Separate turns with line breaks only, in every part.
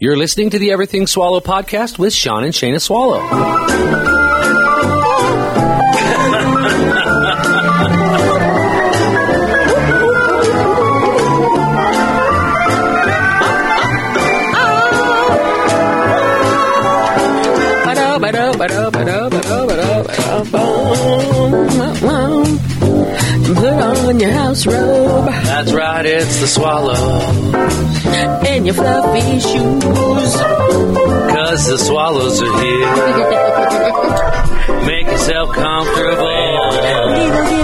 You're listening to the Everything Swallow podcast with Sean and Shayna Swallow. Put on your house robe
That's right, it's the swallow.
and your fluffy shoes.
Cause the swallows are here. Make yourself comfortable.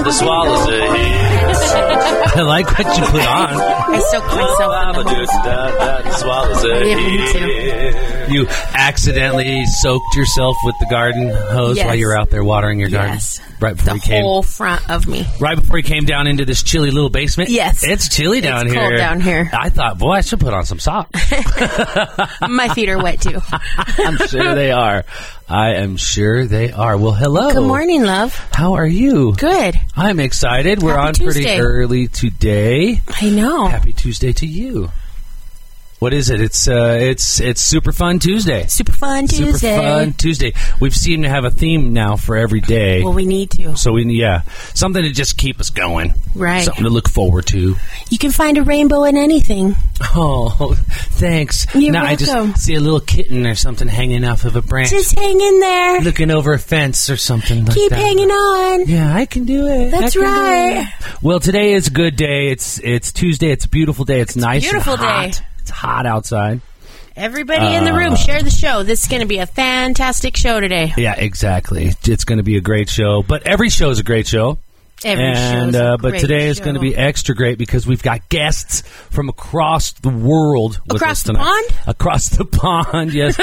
The swallows are here.
I like what you put on.
I soaked myself in the hole.
Da-da-da-da, The swallows are
Yeah, me too.
here.
You accidentally soaked yourself with the garden hose
Yes.
while you were out there watering your garden.
Yes.
Right before
the
you came.
whole front of me.
Right before you came down into this chilly little basement.
Yes.
It's chilly down
It's
here.
cold down here.
I thought, boy, I should put on some socks.
My feet are wet too.
I'm sure they are. I am sure they are. Well, hello.
Good morning, love.
How are you?
Good.
I'm excited. We're
Happy
on
Tuesday.
pretty early today.
I know.
Happy Tuesday to you. What is it? It's uh, it's it's super fun Tuesday.
Super fun Tuesday.
Super fun Tuesday. We've seemed to have a theme now for every day.
Well, we need to.
so we yeah, something to just keep us going.
Right.
Something to look forward to.
You can find a rainbow in anything.
Oh, thanks.
You're
now I
welcome.
just see a little kitten or something hanging off of a branch,
Just hang in there.
looking over a fence or something like
Keep
that.
hanging on.
Yeah, I can do it.
That's
I can do
right.
it. Well, today is a good day. It's it's Tuesday. It's a beautiful day. It's, nice. and
beautiful day.
hot. It's hot outside.
Everybody in the
Uh.
room, share the show. This is going to be a fantastic show today.
Yeah, exactly. It's going to be a great show. But every show is a great show.
Every
and
show's a
uh, but
great
today is
show.
going to be extra great because we've got guests from across the world. With
Across
us
the
tonight.
pond?
Across the pond, yes,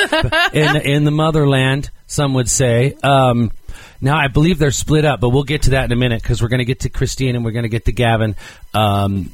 in in the motherland, some would say. Um, now I believe they're split up, but we'll get to that in a minute because we're going to get to Christine and we're going to get to Gavin. Um,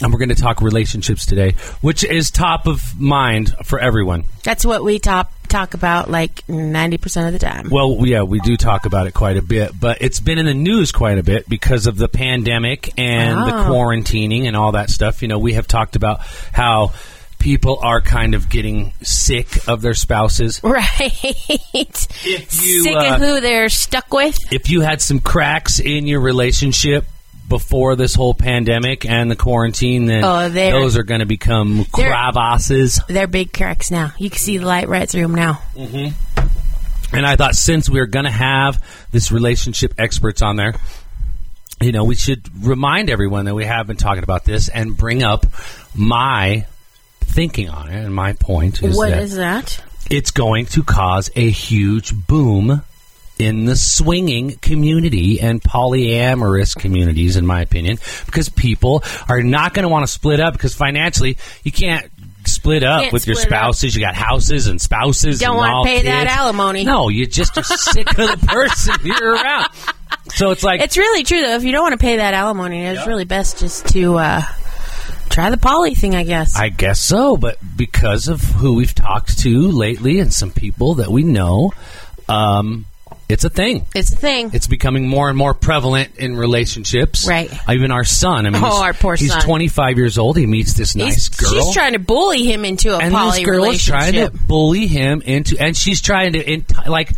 and we're going to talk relationships today, which is top of mind for everyone.
That's what we top, talk about like 90% of the time.
Well, yeah, we do talk about it quite a bit, but it's been in the news quite a bit because of the pandemic and the
Oh.
quarantining and all that stuff. You know, we have talked about how people are kind of getting sick of their spouses.
Right.
If you,
Sick
uh,
of who they're stuck with.
If you had some cracks in your relationship before this whole pandemic and the quarantine, then
Oh, they're-
those are going to become
They're-
crevasses.
They're big cracks now. You can see the light right through them now.
And I thought since we are going to have this relationship experts on there, you know, we should remind everyone that we have been talking about this and bring up my thinking on it. And my point
What
is
is
that
that?
it's going to cause a huge boom in the swinging community and polyamorous communities, in my opinion, because people are not going to want to split up because financially you can't split up
Can't
with your
split up.
spouses. You got houses and spouses.
Don't
and
wanna
all
pay that
kids.
alimony.
No, you just are sick of the person you're around. So it's like
It's really true though. If you don't want to pay that alimony, it's really best just to uh, try the poly thing, I guess.
I guess so, but because of who we've talked to lately and some people that we know, um, it's a thing.
it's a thing.
it's becoming more and more prevalent in relationships.
Right.
Even our son. I mean,
Oh,
he's-
our poor
he's
son.
25 years old. He meets this nice
He's-
girl.
She's trying to bully him into a
and
poly
this girl is
relationship.
trying to bully him into, and she's trying to, enti- like,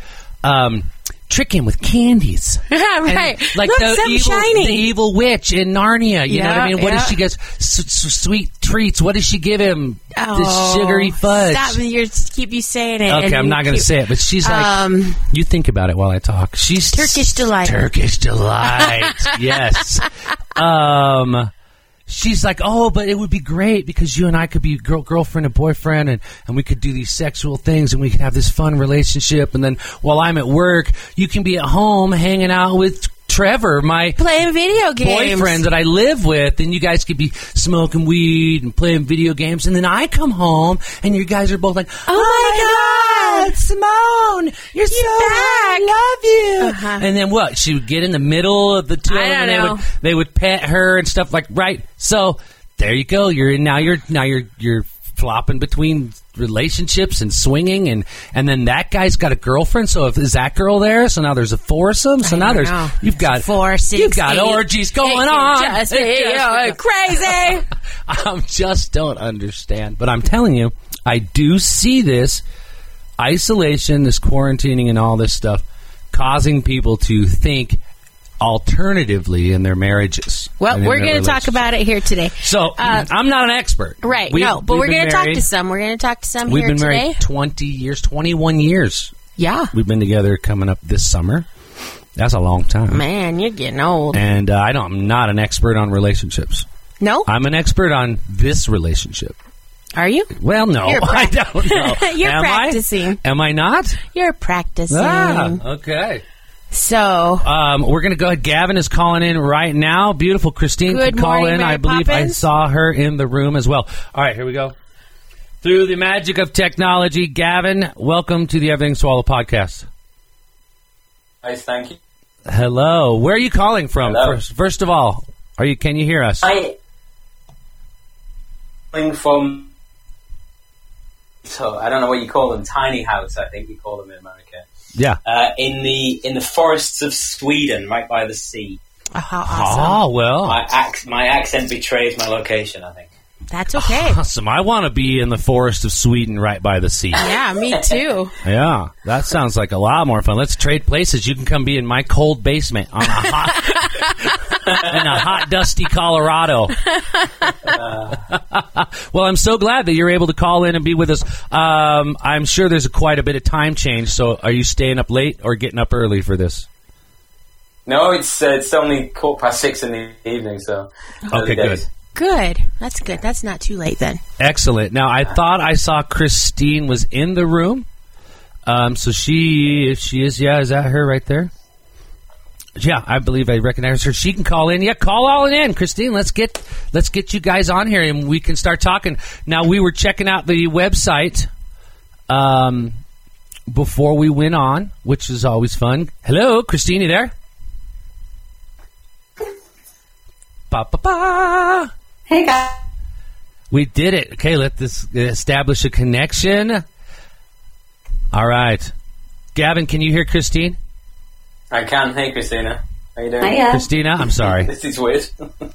um, trick him with candies. And,
right.
Like
Look,
the
some
evil,
shiny.
the evel witch in Narnia. You know what I
Yeah,
mean? What does
yeah.
she get? S- s- sweet treats. What does she give him?
Oh,
the sugary fudge.
Stop! You just keep you saying it.
Okay,
and
I'm
you
not going to
keep-
say it, but she's like,
Um,
you think about it while I talk. She's
Turkish delight.
Turkish delight. yes. Um, she's like, oh, but it would be great because you and I could be girl, girlfriend and boyfriend, and and we could do these sexual things, and we could have this fun relationship. And then while I'm at work, you can be at home hanging out with Trevor, my
playing video games.
boyfriend that I live with, and you guys could be smoking weed and playing video games, and then I come home and you guys are both like, "Oh, my god, Simone, you're so hot, I love you."
Uh-huh.
And then what? She would get in the middle of the two, of
I
them,
don't
and they
know.
would they would pet her and stuff like right. So there you go. You're now you're now you're you're flopping between relationships and swinging, and and then that guy's got a girlfriend. So if is that girl there? So now there's a foursome. So
I
now
don't
there's
know.
you've got
Four, six,
you've got
eight.
orgies
It
going
can
on.
just
It
be, uh,
just-
crazy.
I just don't understand. But I'm telling you, I do see this isolation, this quarantining, and all this stuff causing people to think alternatively in their marriages.
Well,
and in
we're
their
going to talk
relationships.
about it here today.
So I'm not an expert,
Right.
We-
no, but
we've
we're
been
going to talk
married-
to some. We're going to talk to some
We've
here
been
today.
married 20 years, 21 years.
Yeah.
We've been together coming up this summer. That's a long time.
Man, you're getting old.
And uh, I don't, I'm not an expert on relationships.
No?
I'm an expert on this relationship.
Are you?
Well, no,
You're
I
prac-
don't know.
You're
Am
practicing.
I? Am I not?
You're practicing.
Ah, okay.
So,
Um, we're going to go ahead. Gavin is calling in right now. Beautiful Christine
Good
can call
morning,
in.
Mary
I believe I
Poppins.
saw her in the room as well. All right, here we go. Through the magic of technology, Gavin, welcome to the Everything Swallow podcast.
Guys, thank you.
Hello. Where are you calling from?
Hello.
First, first of all, are you? Can you hear us?
I coming from so I don't know what you call them, tiny house. I think we call them in America.
yeah.
Uh, in the in the forests of Sweden, right by the sea.
oh, how awesome.
Oh well.
My ac- my accent betrays my location. I think.
That's okay.
Awesome. I want to be in the forest of Sweden right by the sea.
yeah, me too.
Yeah, that sounds like a lot more fun. Let's trade places. You can come be in my cold basement on a hot in a hot dusty Colorado. well, I'm so glad that you're able to call in and be with us. Um, I'm sure there's quite a bit of time change. So, are you staying up late or getting up early for this?
No, it's uh, it's only quarter past six in the evening. So
Okay,
early
good.
days.
Good. That's good. That's not too late then.
Excellent. Now, I thought I saw Christine was in the room. Um, so she, if she is, yeah, is that her right there? Yeah, I believe I recognize her. She can call in. Yeah, call all in, Christine. Let's get let's get you guys on here, and we can start talking. Now, we were checking out the website um, before we went on, which is always fun. Hello, Christine, you there? Ba ba ba.
Hey guys,
We did it. Okay, let this establish a connection. All right. Gavin, can you hear Christine?
I can. Hey, Christina. How you doing?
hiya.
Christina, I'm sorry.
This is weird.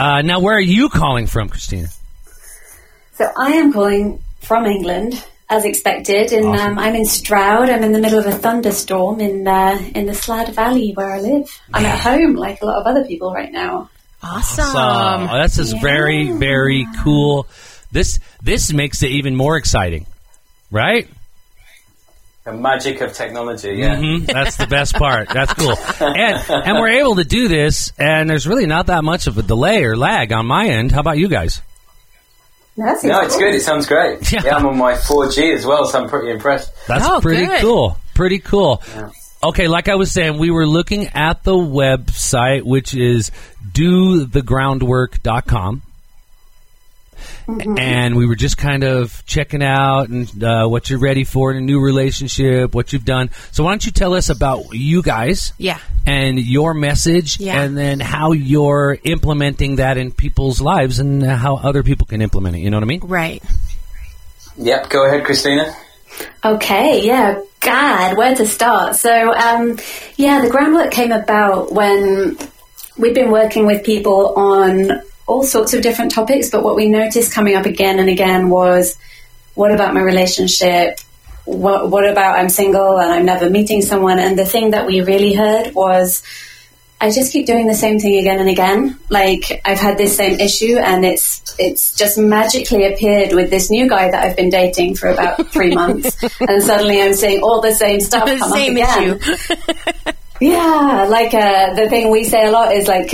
Uh, now, where are you calling from, Christina?
So I am calling from England, as expected, and um, I'm in Stroud. I'm in the middle of a thunderstorm in uh, in the Slad Valley where I live. I'm at home, like a lot of other people right now.
Awesome.
Oh, this is very, very cool. This this makes it even more exciting, right?
the magic of technology. Yeah.
Mhm, That's the best part. That's cool. And and we're able to do this, and there's really not that much of a delay or lag on my end. How about you guys?
No, that seems
No, it's
cool.
good. It sounds great.
Yeah.
yeah, I'm on my 4G as well, so I'm pretty impressed.
That's
Oh,
pretty
good.
cool. Pretty cool. Okay, like I was saying, we were looking at the website, which is dothegroundwork.com.
Mm-hmm.
And we were just kind of checking out and uh, what you're ready for in a new relationship, what you've done. So why don't you tell us about you guys
Yeah.
and your message,
Yeah.
and then how you're implementing that in people's lives and how other people can implement it. You know what I mean?
Right.
Yep, go ahead, Christina.
Okay, yeah. God, where to start? So, um, yeah, the groundwork came about when we've been working with people on all sorts of different topics, but what we noticed coming up again and again was what about my relationship? What, what about I'm single and I'm never meeting someone? And the thing that we really heard was I just keep doing the same thing again and again. Like I've had this same issue, and it's it's just magically appeared with this new guy that I've been dating for about three months, and suddenly I'm seeing all the same stuff. come
Same
up again.
issue.
Yeah, like uh, the thing we say a lot is like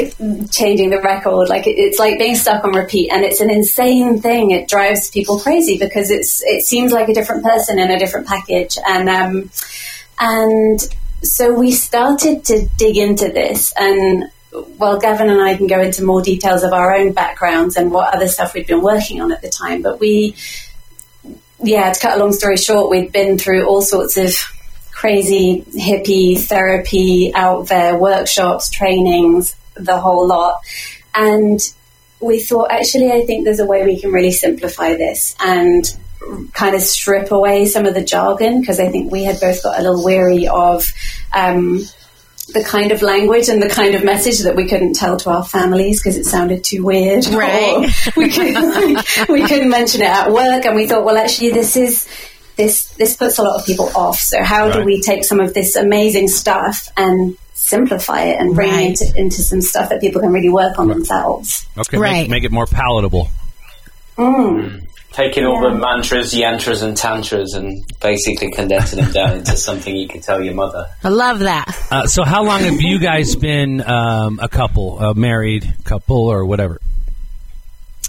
changing the record. Like it, it's like being stuck on repeat, and it's an insane thing. It drives people crazy because it's it seems like a different person in a different package, and um, and so we started to dig into this and. Well, Gavin and I can go into more details of our own backgrounds and what other stuff we'd been working on at the time, but we yeah, to cut a long story short, we've been through all sorts of crazy hippie therapy out there, workshops, trainings, the whole lot. And we thought, actually, I think there's a way we can really simplify this and kind of strip away some of the jargon because I think we had both got a little weary of um, the kind of language and the kind of message that we couldn't tell to our families because it sounded too weird. or
Right.
we couldn't like, we couldn't mention it at work, and we thought, well, actually, this is. This, this puts a lot of people off. So, how do
Right.
we take some of this amazing stuff and simplify it and bring
Right.
it into, into some stuff that people can really work on themselves?
Okay,
Right.
make, make it more palatable.
Taking all the mantras, yantras, and tantras and basically condensing them down into something you could tell your mother.
I love that.
Uh, so, how long have you guys been um, a couple, a married couple, or whatever,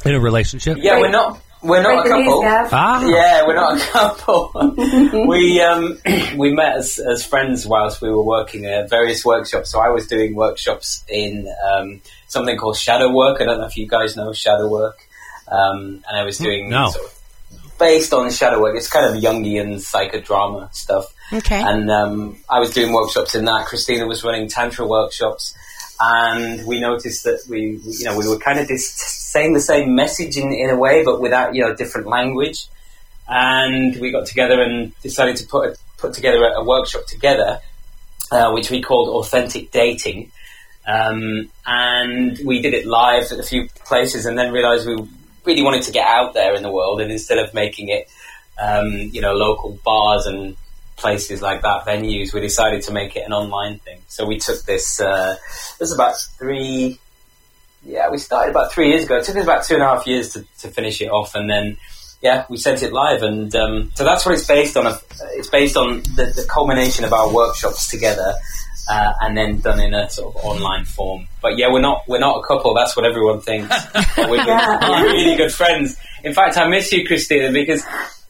in a relationship?
Yeah, we're not. We're not a
Break the news,
couple.
Gav.
Ah,
Yeah, we're not a couple. we um, we met as, as friends whilst we were working at various workshops. So I was doing workshops in um, something called shadow work. I don't know if you guys know shadow work. Um, and I was doing
No.
sort of based on shadow work. It's kind of Jungian psychodrama stuff.
Okay.
And um, I was doing workshops in that. Christina was running tantra workshops, and we noticed that we, we- you know, we were kind of just saying the same message in, in a way, but without you know different language. And we got together and decided to put a, put together a, a workshop together, uh, which we called authentic dating. Um, and we did it live at a few places, and then realised we really wanted to get out there in the world. And instead of making it, um, you know, local bars and places like that, venues, we decided to make it an online thing. So we took this. Uh, this is about three. Yeah, we started about three years ago. It took us about two and a half years to, to finish it off, and then yeah, we sent it live, and um, so that's what it's based on. uh, It's based on the, the culmination of our workshops together, uh, and then done in a sort of online form. But yeah, we're not we're not a couple. That's what everyone thinks. But we're, good, we're really good friends. In fact, I miss you, Christina, because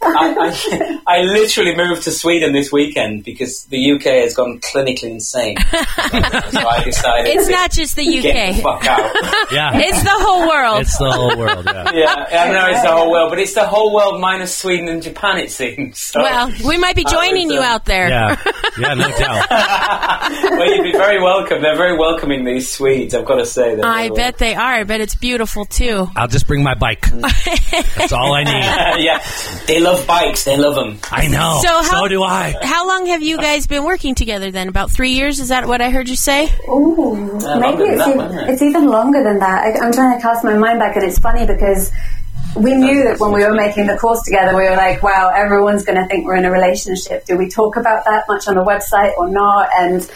I, I, I literally moved to Sweden this weekend because the UK has gone clinically insane. so I decided
It's
to
not just the
get the
UK.
fuck out.
yeah.
It's the whole world.
It's the whole world. Yeah.
Yeah, I know it's the whole world, but it's the whole world minus Sweden and Japan, it seems. So,
well, we might be joining you
um,
out there.
Yeah, yeah, no doubt.
well, you'd be very welcome. They're very welcoming, these Swedes, I've got to say. They're
I
very
bet they are. I bet it's beautiful too.
I'll just bring my bike. That's all I need.
welcoming. yeah, they love bikes, they love them.
I know.
So how-
do I.
How long have you guys been working together then? About three years? Is that what I heard you say?
Ooh,
longer
maybe
than
it's,
that
even,
one, isn't it?
it's even longer than that. I, I'm trying to cast my mind back, and it's funny because we knew that when we were making the course together, we were like, wow, everyone's going to think we're in a relationship. Do we talk about that much on the website or not? And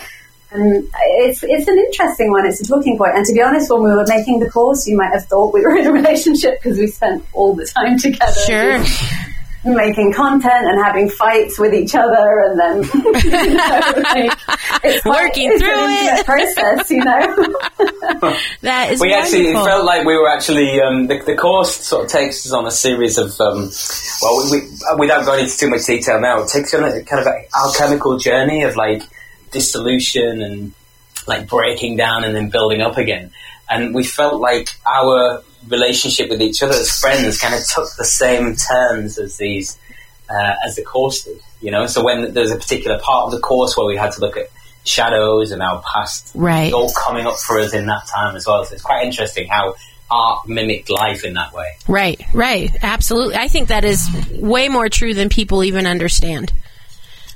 and it's it's an interesting one. It's a talking point. And to be honest, when we were making the course, you might have thought we were in a relationship because we spent all the time together.
Sure.
making content and having fights with each other and then you know, like, it's quite-
Working
it's an
through it.
intimate process you know
That is
we
wonderful.
actually it felt like we were actually um, the, the course sort of takes us on a series of um, well we, we, without going into too much detail now it takes you on a kind of a alchemical journey of like dissolution and like breaking down and then building up again and we felt like our relationship with each other as friends kind of took the same turns as these uh, as the course did you know so when there's a particular part of the course where we had to look at shadows and our past
Right.
all coming up for us in that time as well. So it's quite interesting how art mimicked life in that way.
Right, right. Absolutely. I think that is way more true than people even understand.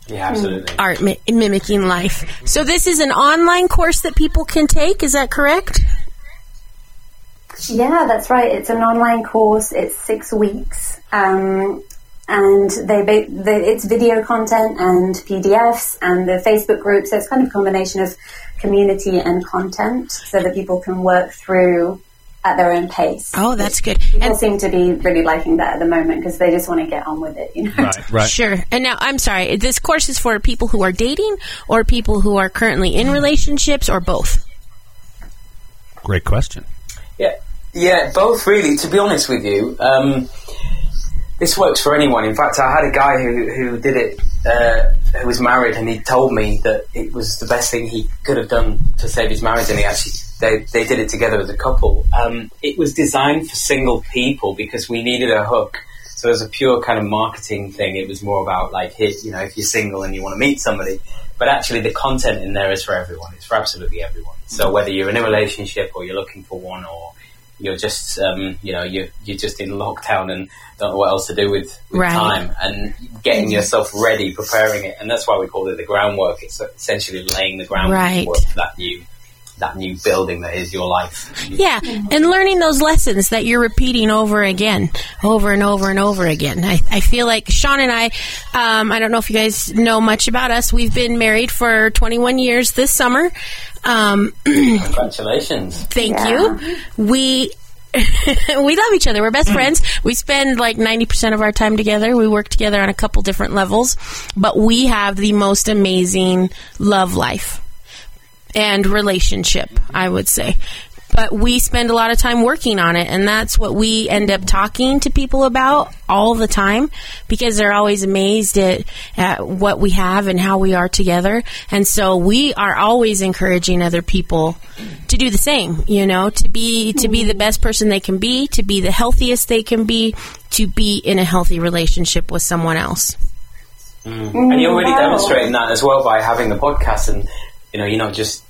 Yeah, absolutely.
Art mi- mimicking life. So this is an online course that people can take, is that correct?
Yeah, that's right. It's an online course. It's six weeks, um, and they, ba- the it's video content and PDFs and the Facebook group. So it's kind of a combination of community and content, so that people can work through at their own pace.
Oh, that's good.
People
And
seem to be really liking that at the moment because they just want to get on with it. You know,
Right, right.
sure. And now I'm sorry, this course is for people who are dating or people who are currently in relationships or both.
Great question.
Yeah, yeah, both really. To be honest with you, um, this works for anyone. In fact, I had a guy who who did it, uh, who was married, and he told me that it was the best thing he could have done to save his marriage. And he actually they they did it together as a couple. Um, it was designed for single people because we needed a hook. So it was a pure kind of marketing thing. It was more about like, here, you know, if you're single and you want to meet somebody. But actually, the content in there is for everyone. It's for absolutely everyone. So whether you're in a relationship or you're looking for one or you're just um, you know you're you're just in lockdown and don't know what else to do with, with
Right. Mm-hmm.
time and getting yourself ready, preparing it, and that's why we call it the groundwork. It's essentially laying the groundwork
Right.
for that new that new building that is your life.
Yeah, and learning those lessons that you're repeating over again, over and over and over again. I, I feel like Sean and I, um, I don't know if you guys know much about us. We've been married for 21 years this summer. Um,
Congratulations!
thank
Yeah.
you. We. we love each other. We're best friends. We spend like 90% of our time together. We work together on a couple different levels, but we have the most amazing love life and relationship, I would say. But we spend a lot of time working on it, and that's what we end up talking to people about all the time because they're always amazed at, at what we have and how we are together. And so we are always encouraging other people to do the same, you know, to be to be the best person they can be, to be the healthiest they can be, to be in a healthy relationship with someone else.
And you're really
Wow.
demonstrating that as well by having the podcast, and you know, you're not just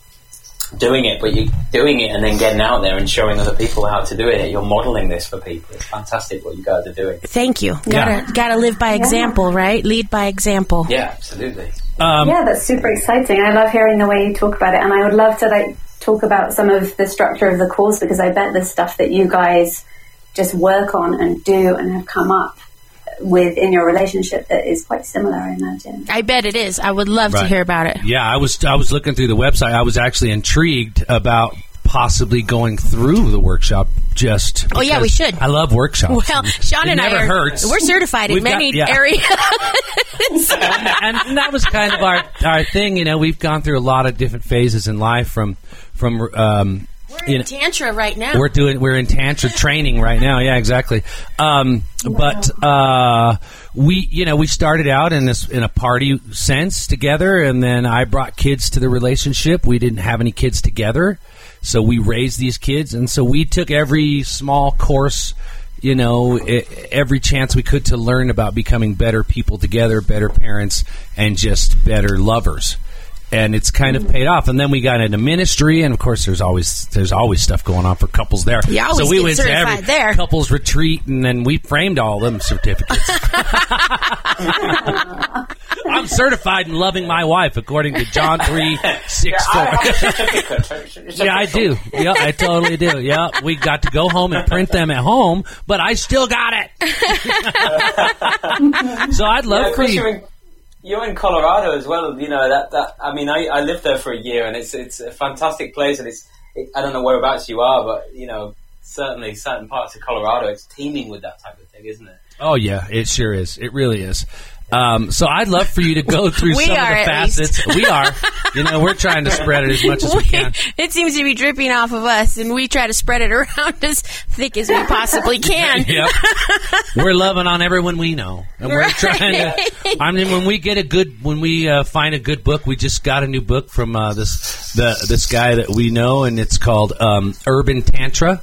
doing it, but you're doing it and then getting out there and showing other people how to do it. You're modeling this for people. It's fantastic what you guys are doing.
Thank you. Gotta gotta live by example, right? Lead by example.
Yeah, absolutely.
Um,
yeah, that's super exciting. I love hearing the way you talk about it, and I would love to like talk about some of the structure of the course because I bet there's stuff that you guys just work on and do and have come up with in your relationship that is quite similar, I imagine.
I bet it is. I would love to
Right.
hear about it.
Yeah, I was I was looking through the website. I was actually intrigued about possibly going through the workshop. Just
Oh, yeah, we
because
should.
I love workshops.
Well,
And
Sean
it
and
never
I are
hurts.
we're certified in
We've got-
many
yeah.
areas.
and, and that was kind of our our thing. You know, we've gone through a lot of different phases in life from from um,
We're
you
in
know,
Tantra right now.
we're doing we're in tantra training right now yeah exactly um, but uh, we you know we started out in this in a party sense together and then i brought kids to the relationship we didn't have any kids together so we raised these kids and so we took every small course you know e- every chance we could to learn about becoming better people together better parents and just better lovers and it's kind of paid off. And then we got into ministry, and of course, there's always there's always stuff going on for couples there.
You always
so we
get
went to
certified
every
there.
couples retreat, and then we framed all them certificates. I'm certified in loving my wife, according to John three six four. Yeah, I do. Yeah, I totally do. Yeah, we got to go home and print them at home, but I still got it. so I'd love
Yeah, of
for
course
you.
you're in, you're in Colorado as well. You know that. that I mean, I, I lived there for a year, and it's it's a fantastic place. And it's it, I don't know whereabouts you are, but you know certainly certain parts of Colorado, it's teeming with that type of thing, isn't it?
Oh yeah, it sure is. It really is. Um, so I'd love for you to go through
We
some of
are,
the
at
facets. we are. You know, we're trying to spread it as much as we can.
it seems to be dripping off of us, and we try to spread it around as thick as we possibly can.
Yep. We're loving on everyone we know, and we're
Right.
trying to. I mean, when we get a good, when we uh, find a good book, we just got a new book from uh, this the this guy that we know, and it's called um, Urban Tantra.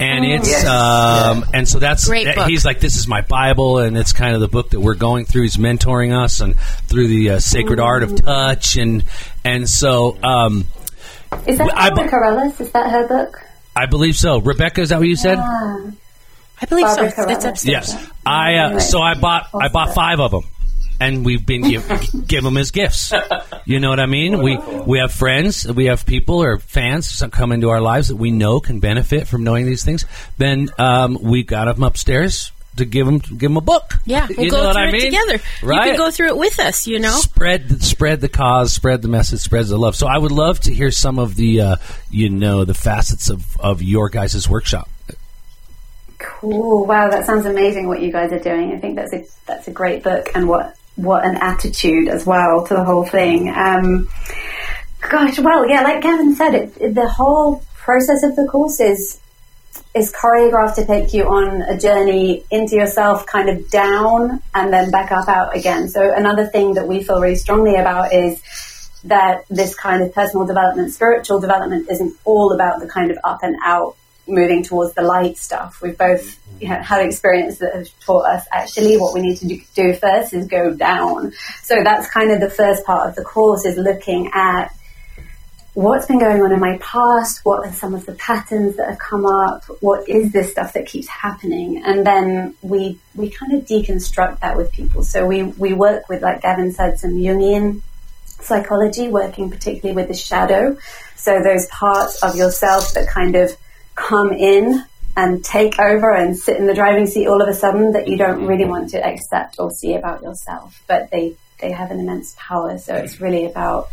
And it's
Yes.
um, and so that's
Oh, Great
that-
book.
he's like this is my Bible, and it's kind of the book that we're going through. He's mentoring us and through the uh, sacred art of touch, and and so um,
Is that
Well, I-
Barbara Corellis? Is that her book? Ah,
I believe so. Rebecca, is that what you said?
I believe so.
Barbara Corella.
It's upstairs.
Yes, I. Uh, so I bought. I bought five of them, and we've been give, give them as gifts. You know what I mean? We we have friends, we have people or fans that come into our lives that we know can benefit from knowing these things. Then um, we got them upstairs to give them give them a book.
Yeah, we'll
you
go
know what
through
I mean?
it together.
Right?
You can go through it with us, you know?
Spread the, spread the cause, spread the message, spread the love. So I would love to hear some of the uh, you know the facets of of your guys' workshop.
Cool. Wow, that sounds amazing what you guys are doing. I think that's a that's a great book and what what an attitude as well to the whole thing. Um, gosh, well, yeah, like Kevin said, it, it- the whole process of the course is is choreographed to take you on a journey into yourself, kind of down and then back up out again. So another thing that we feel really strongly about is that this kind of personal development, spiritual development, isn't all about the kind of up and out moving towards the light stuff. We've both you know, had experience that has taught us actually what we need to do- do first is go down. So that's kind of the first part of the course is looking at what's been going on in my past? What are some of the patterns that have come up? What is this stuff that keeps happening? And then we we kind of deconstruct that with people. So we we work with, like Gavin said, some Jungian psychology, working particularly with the shadow. So those parts of yourself that kind of come in and take over and sit in the driving seat all of a sudden that you don't really want to accept or see about yourself, but they they have an immense power. So it's really about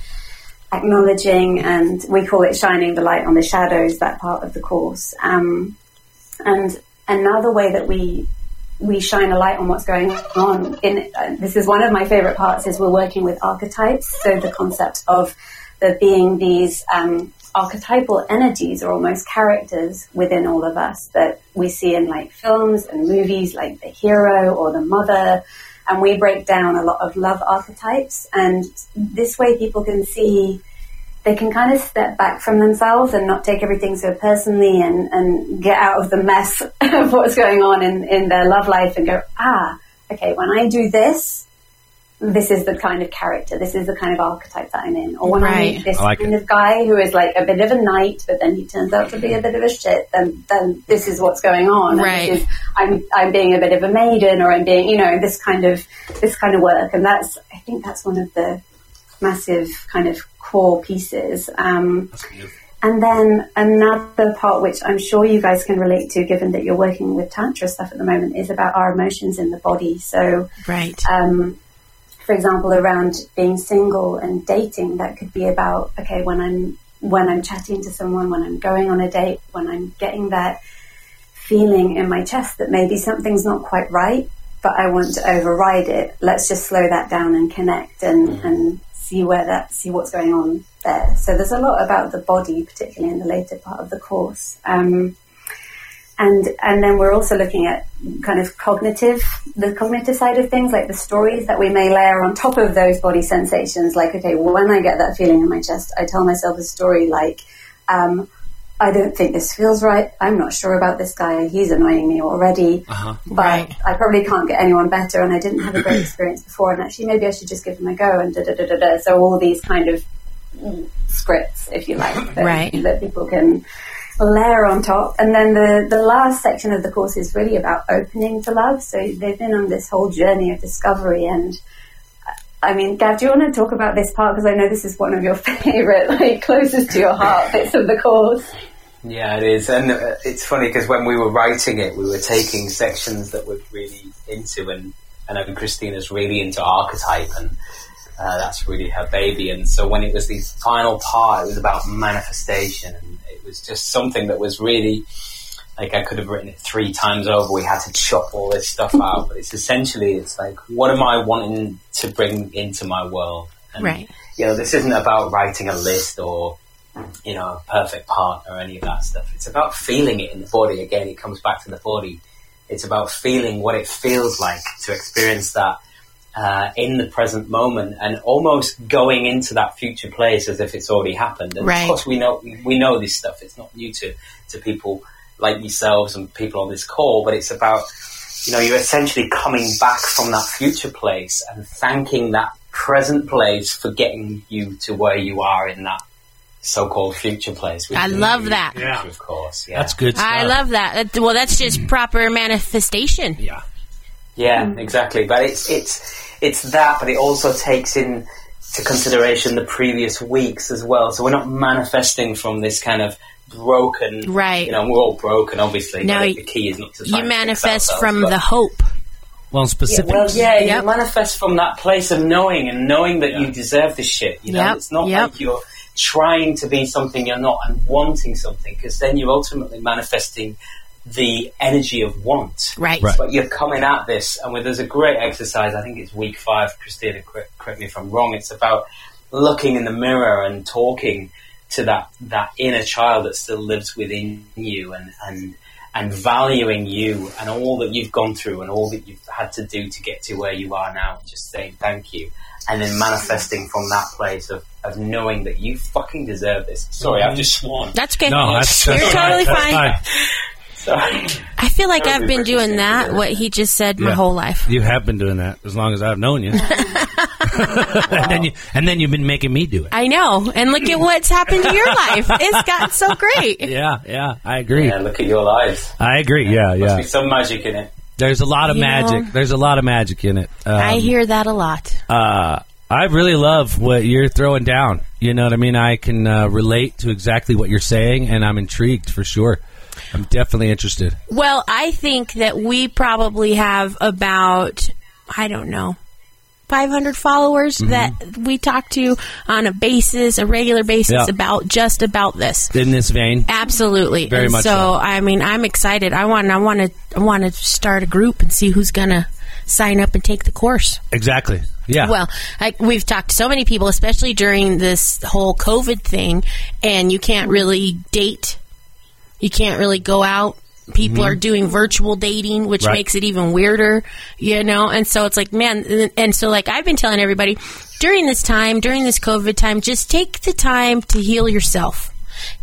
acknowledging and we call it shining the light on the shadows that part of the course um, and another way that we we shine a light on what's going on in uh, this is one of my favorite parts is we're working with archetypes so the concept of there being these um, archetypal energies or almost characters within all of us that we see in like films and movies like the hero or the mother and we break down a lot of love archetypes and this way people can see they can kind of step back from themselves and not take everything so personally and, and get out of the mess of what's going on in, in their love life and go, ah, okay, when I do this, this is the kind of character, this is the kind of archetype that I'm in. Or when I
Right.
meet this
I like
kind
it.
of guy who is like a bit of a knight, but then he turns out to be a bit of a shit, then, then this is what's going on. And this
Right.
is I'm I'm being a bit of a maiden or I'm being you know this kind of this kind of work and that's I think that's one of the massive kind of core pieces um, and then another part which I'm sure you guys can relate to given that you're working with tantra stuff at the moment is about our emotions in the body so
Right.
um, for example, around being single and dating, that could be about okay, when I'm when I'm chatting to someone, when I'm going on a date, when I'm getting that feeling in my chest that maybe something's not quite right, but I want to override it. Let's just slow that down and connect and, and see where that see what's going on there. So there's a lot about the body, particularly in the later part of the course. Um, and and then we're also looking at kind of cognitive the cognitive side of things like the stories that we may layer on top of those body sensations like okay when i get that feeling in my chest i tell myself a story like um, i don't think this feels right i'm not sure about this guy he's annoying me already but
Right.
i probably can't get anyone better and i didn't have a great experience before and actually maybe i should just give him a go and da da da da da so all these kind of mm, scripts if you like that,
Right.
that people can layer on top. And then the, the last section of the course is really about opening to love. So they've been on this whole journey of discovery. And uh, I mean, Gav, do you want to talk about this part? Because I know this is one of your favorite, like closest to your heart bits of the course.
Yeah, it is, and uh, it's funny because when we were writing it, we were taking sections that we're really into, and and I think Christina's really into archetype, and uh, that's really her baby. And so when it was the final part, it was about manifestation, and it was just something that was really like I could have written it three times over. We had to chop all this stuff out, but it's essentially it's like, what am I wanting to bring into my world? And,
Right.
You know, this isn't about writing a list or you know, a perfect partner or any of that stuff. It's about feeling it in the body. Again, it comes back to the body. It's about feeling what it feels like to experience that uh, in the present moment and almost going into that future place as if it's already happened. And
Right.
of course, we know we know this stuff. It's not new to to people like yourselves and people on this call, but it's about you know, you're essentially coming back from that future place and thanking that present place for getting you to where you are in that so-called future place. which
I
is
love
you,
that.
Yeah.
Of course, yeah.
That's good stuff.
I love that. That- Well, that's just proper manifestation.
Yeah.
Yeah,
Mm.
exactly. But it's it's it's that, but it also takes in to consideration the previous weeks as well. So we're not manifesting from this kind of broken,
Right.
You know, we're all broken, obviously.
No,
but
you-
the key is not to try
You
and fix
manifest
ourselves,
from
but-
the hope.
Well, in specifics.
Well, yeah,
Yep.
you manifest from that place of knowing and knowing that you deserve this shit. You know,
Yep,
it's not
yep.
like you're trying to be something you're not and wanting something because then you're ultimately manifesting the energy of want.
Right.
Right.
But you're coming at this, and with, there's a great exercise. I think it's week five. Christina, correct, correct me if I'm wrong. It's about looking in the mirror and talking to that that inner child that still lives within you, and and and valuing you and all that you've gone through and all that you've had to do to get to where you are now. Just saying thank you, and then manifesting from that place of, of knowing that you fucking deserve this. Sorry, I've just sworn.
That's okay.
No, that's,
You're
that's fine.
totally
That's
fine.
Sorry.
I feel like
That would
I've
be
been doing
pretty
that,
stupid.
what he just said, my
Yeah.
whole life.
You have been doing that as long as I've known you. and then you and then you've been making me do it.
I know. And look at what's happened to your life. It's gotten so great.
Yeah, yeah, I agree.
Yeah, look at your life.
I agree. Yeah,
Must
yeah.
be some magic in it.
There's a lot of
You know-
magic. There's a lot of magic in it. Um,
I hear that a lot.
uh, I really love what you're throwing down. You know what I mean? I can uh, relate to exactly what you're saying, and I'm intrigued for sure. I'm definitely interested.
Well, I think that we probably have about, I don't know, 500 followers
Mm-hmm.
that we talk to on a basis, a regular basis
Yeah.
about just about this.
In this vein,
Absolutely.
Very
and
much
so,
so.
I mean, I'm excited. I want I want to I want to start a group and see who's going to sign up and take the course.
exactly. Yeah.
Well, I, we've talked to so many people, especially during this whole COVID thing, and you can't really date. You can't really go out. People are doing virtual dating, which
Mm-hmm. Right.
makes it even weirder, you know? And so it's like, man, and so, like, I've been telling everybody during this time, during this COVID time, just take the time to heal yourself.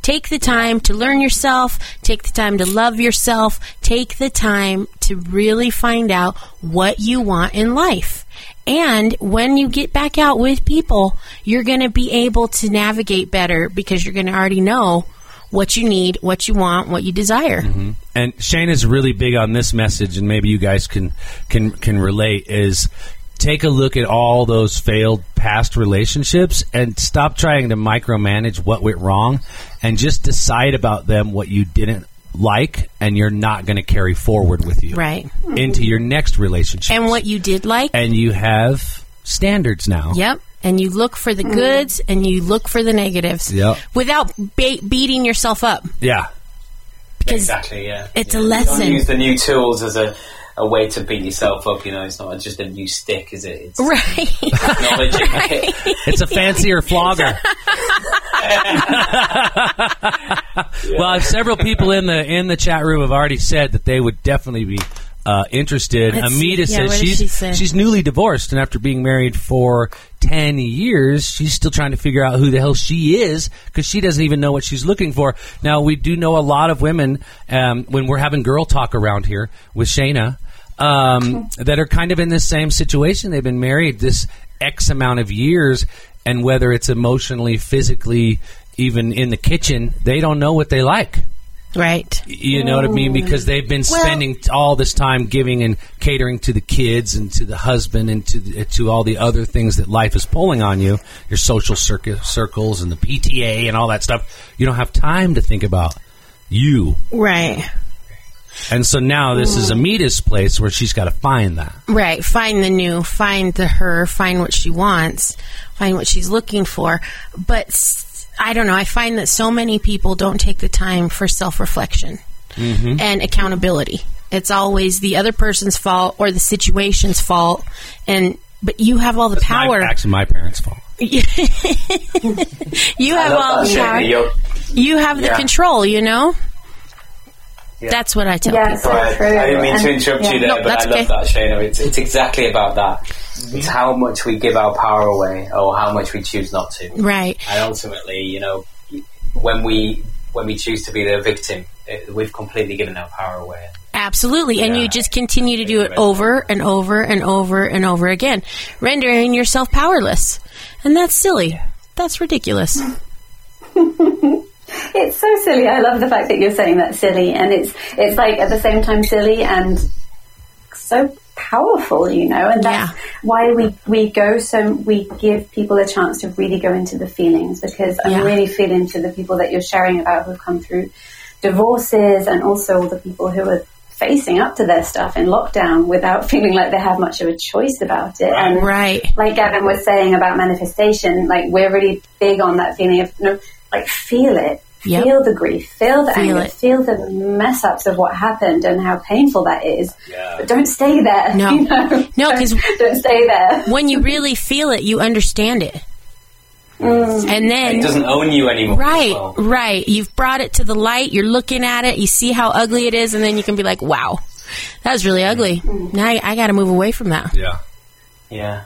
Take the time to learn yourself. Take the time to love yourself. Take the time to really find out what you want in life. And when you get back out with people, you're going to be able to navigate better because you're going to already know what you need, what you want, what you desire.
Mm-hmm. and Shane is really big on this message, and maybe you guys can can can relate. Is take a look at all those failed past relationships and stop trying to micromanage what went wrong, and just decide about them what you didn't like and you're not going to carry forward with you
Right.
into your next relationship.
And what you did like.
and you have standards now.
Yep. And you look for the goods and you look for the negatives
Yep.
without ba- beating yourself up
Yeah.
because
Exactly. Yeah.
it's a
Yeah.
lesson.
Don't use the new tools as a, a way to beat yourself up. You know, it's not just a new stick, is it? It's
right.
acknowledging it.
It's a fancier flogger. well, I've- several people in the in the chat room have already said that they would definitely be uh, interested.
Let's see.
Amita
Yeah, what
says
did
she's
she say?
she's newly divorced, and after being married for ten years, she's still trying to figure out who the hell she is because she doesn't even know what she's looking for. Now, we do know a lot of women um, when we're having girl talk around here with Shayna um, that are kind of in this same situation. They've been married this X amount of years, and whether it's emotionally, physically, even in the kitchen, they don't know what they like.
right.
You know what I mean? Because they've been
Well-
spending t- all this time giving and catering to the kids and to the husband and to the, to all the other things that life is pulling on you, your social circu- circles and the PTA and all that stuff. You don't have time to think about you.
Right.
And so now this is Amita's place where she's got to find that.
Right. Find the new, find the her, find what she wants, find what she's looking for. But s- I don't know. I find that so many people don't take the time for self reflection and accountability. It's always the other person's fault or the situation's fault. And, but you have all the power.
My, actually, my parents' fault.
You have all
Love
the
that,
power.
Shayna. You're-
You have the
Yeah.
control, you know? That's what I tell
Yeah,
people.
so
Sorry,
true.
I didn't mean to
And-
interrupt you
yeah.
there,
No,
but I
that's
love
okay.
that, Shana. It's, it's exactly about that. It's how much we give our power away, or how much we choose not to.
Right.
And ultimately, you know, when we when we choose to be the victim, it, we've completely given our power away.
Absolutely. And
Yeah.
you just continue to do it
Right.
over and over and over and over again, rendering yourself powerless. And that's silly. That's ridiculous.
It's so silly. I love the fact that you're saying that silly, and it's it's like at the same time silly and so powerful, you know. And that's
Yeah.
why we we go so we give people a chance to really go into the feelings because I'm
Yeah.
really feeling to the people that you're sharing about who've come through divorces and also all the people who are facing up to their stuff in lockdown without feeling like they have much of a choice about it. And
Right.
like Gavin was saying about manifestation, like we're really big on that feeling of no, like feel it,
Yep.
feel the grief, feel the
Feel
anger,
it.
feel the mess ups of what happened and how painful that is. But don't stay there.
No.
you know?
No, 'cause-
don't, don't stay there.
When you really feel it, you understand it. And then
It doesn't own you anymore.
Mm. Right,
Well,
right. You've brought it to the light. You're looking at it. You see how ugly it is, and then you can be like, "Wow, that was really ugly."
Mm-hmm.
Now I, I got to move away from that.
Yeah.
Yeah.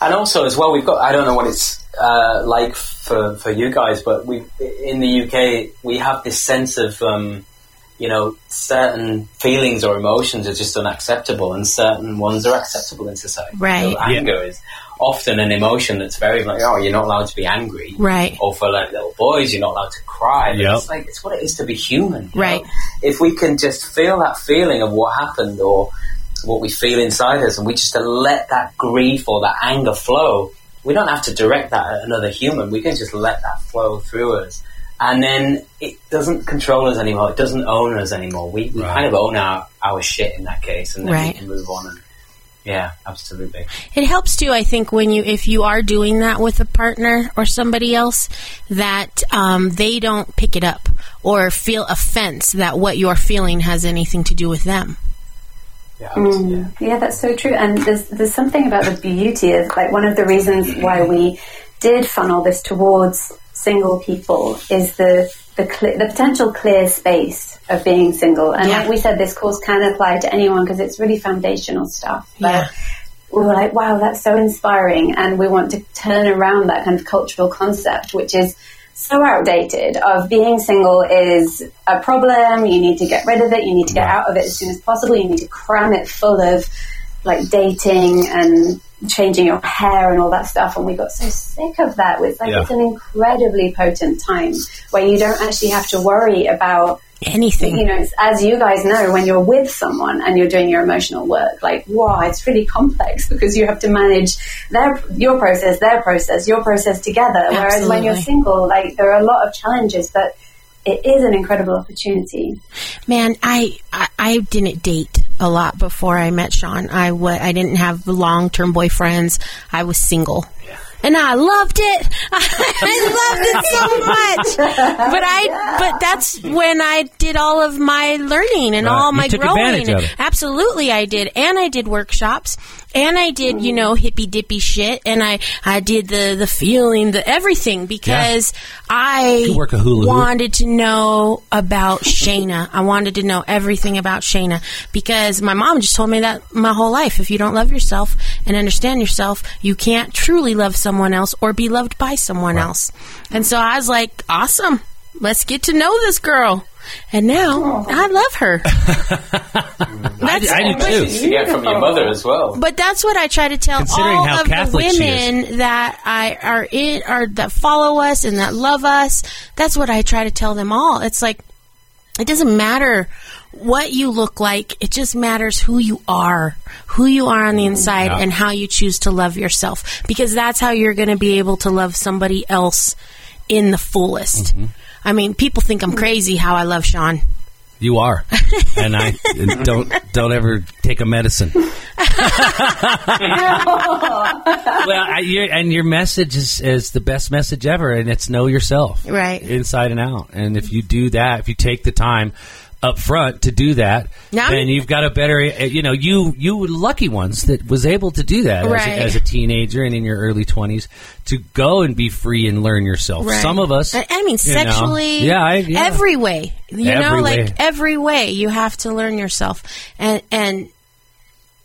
And also, as well, we've got, I don't know what it's uh, like for, for you guys, but we in the UK, we have this sense of, um, you know, certain feelings or emotions are just unacceptable, and certain ones are acceptable in society.
Right.
So anger is often an emotion that's very like, oh, you're not allowed to be angry.
Right.
Or for like little boys, you're not allowed to cry. But
Yep.
It's like it's what it is to be human. you
Right.
know? If we can just feel that feeling of what happened or what we feel inside us, and we just let that grief or that anger flow, we don't have to direct that at another human. We can just let that flow through us. And then it doesn't control us anymore. It doesn't own us anymore. We, we
Right.
kind of own our, our shit in that case, and then
Right.
we can move on. And, yeah, absolutely.
It helps too, I think, when you if you are doing that with a partner or somebody else, that um, they don't pick it up or feel offense that what you're feeling has anything to do with them.
Yeah,
Mm.
absolutely. yeah.
Yeah, that's so true. And there's there's something about the beauty of like one of the reasons why we did funnel this towards single people is the the cle the potential clear space of being single. And
Yeah.
like we said, this course can apply to anyone because it's really foundational stuff. But
Yeah.
we were like, wow, that's so inspiring, and we want to turn around that kind of cultural concept, which is. So outdated of being single is a problem. You need to get rid of it. You need to get out of it as soon as possible. You need to cram it full of like dating and changing your hair and all that stuff. And we got so sick of that. It's like
Yeah.
it's an incredibly potent time where you don't actually have to worry about
Anything.
you know, it's, as you guys know, when you're with someone and you're doing your emotional work, like wow, it's really complex because you have to manage their your process, their process, your process together. Whereas when you're
Absolutely.
single, like there are a lot of challenges, but it is an incredible opportunity.
Man, I, I I didn't date a lot before I met Sean. I wa- I didn't have long term boyfriends. I was single. And I loved it. I loved it so much. But I, but that's when I did all of my learning and
Right.
all
Uh, You
my
took
growing.
advantage of it.
Absolutely, I did, and I did workshops, and I did, you know, hippy dippy shit, and I, I did the the feeling, the everything, because I
could work a hula hoop.
wanted to know about Shayna. I wanted to know everything about Shayna because my mom just told me that my whole life. If you don't love yourself and understand yourself, you can't truly love someone else or be loved by someone else. And so I was like, awesome. Let's get to know this girl. And now I love her. That's,
I do too.
Message you get from your mother as well.
but that's what I try to tell
Considering
all
how
of
Catholic
the
she
women that I are in are that follow us and that love us. That's what I try to tell them all. It's like it doesn't matter what you look like. It just matters who you are, who you are on the inside, and how you choose to love yourself. Because that's how you're going to be able to love somebody else in the fullest.
Mm-hmm.
I mean, people think I'm crazy how I love Sean.
You are, and I and don't don't ever take a medicine. well, I, your and your message is, is the best message ever, and it's know yourself,
Right.
inside and out. And if you do that, if you take the time up front to do that,
Now-
then you've got a better. uh, You know, you you were lucky ones that was able to do that as,
Right.
a, as a teenager and in your early twenties to go and be free and learn yourself.
Right.
Some of us,
I, I mean,
you know,
sexually,
yeah, I, yeah,
every way. You know,
Every
like
way.
every way, you have to learn yourself, and and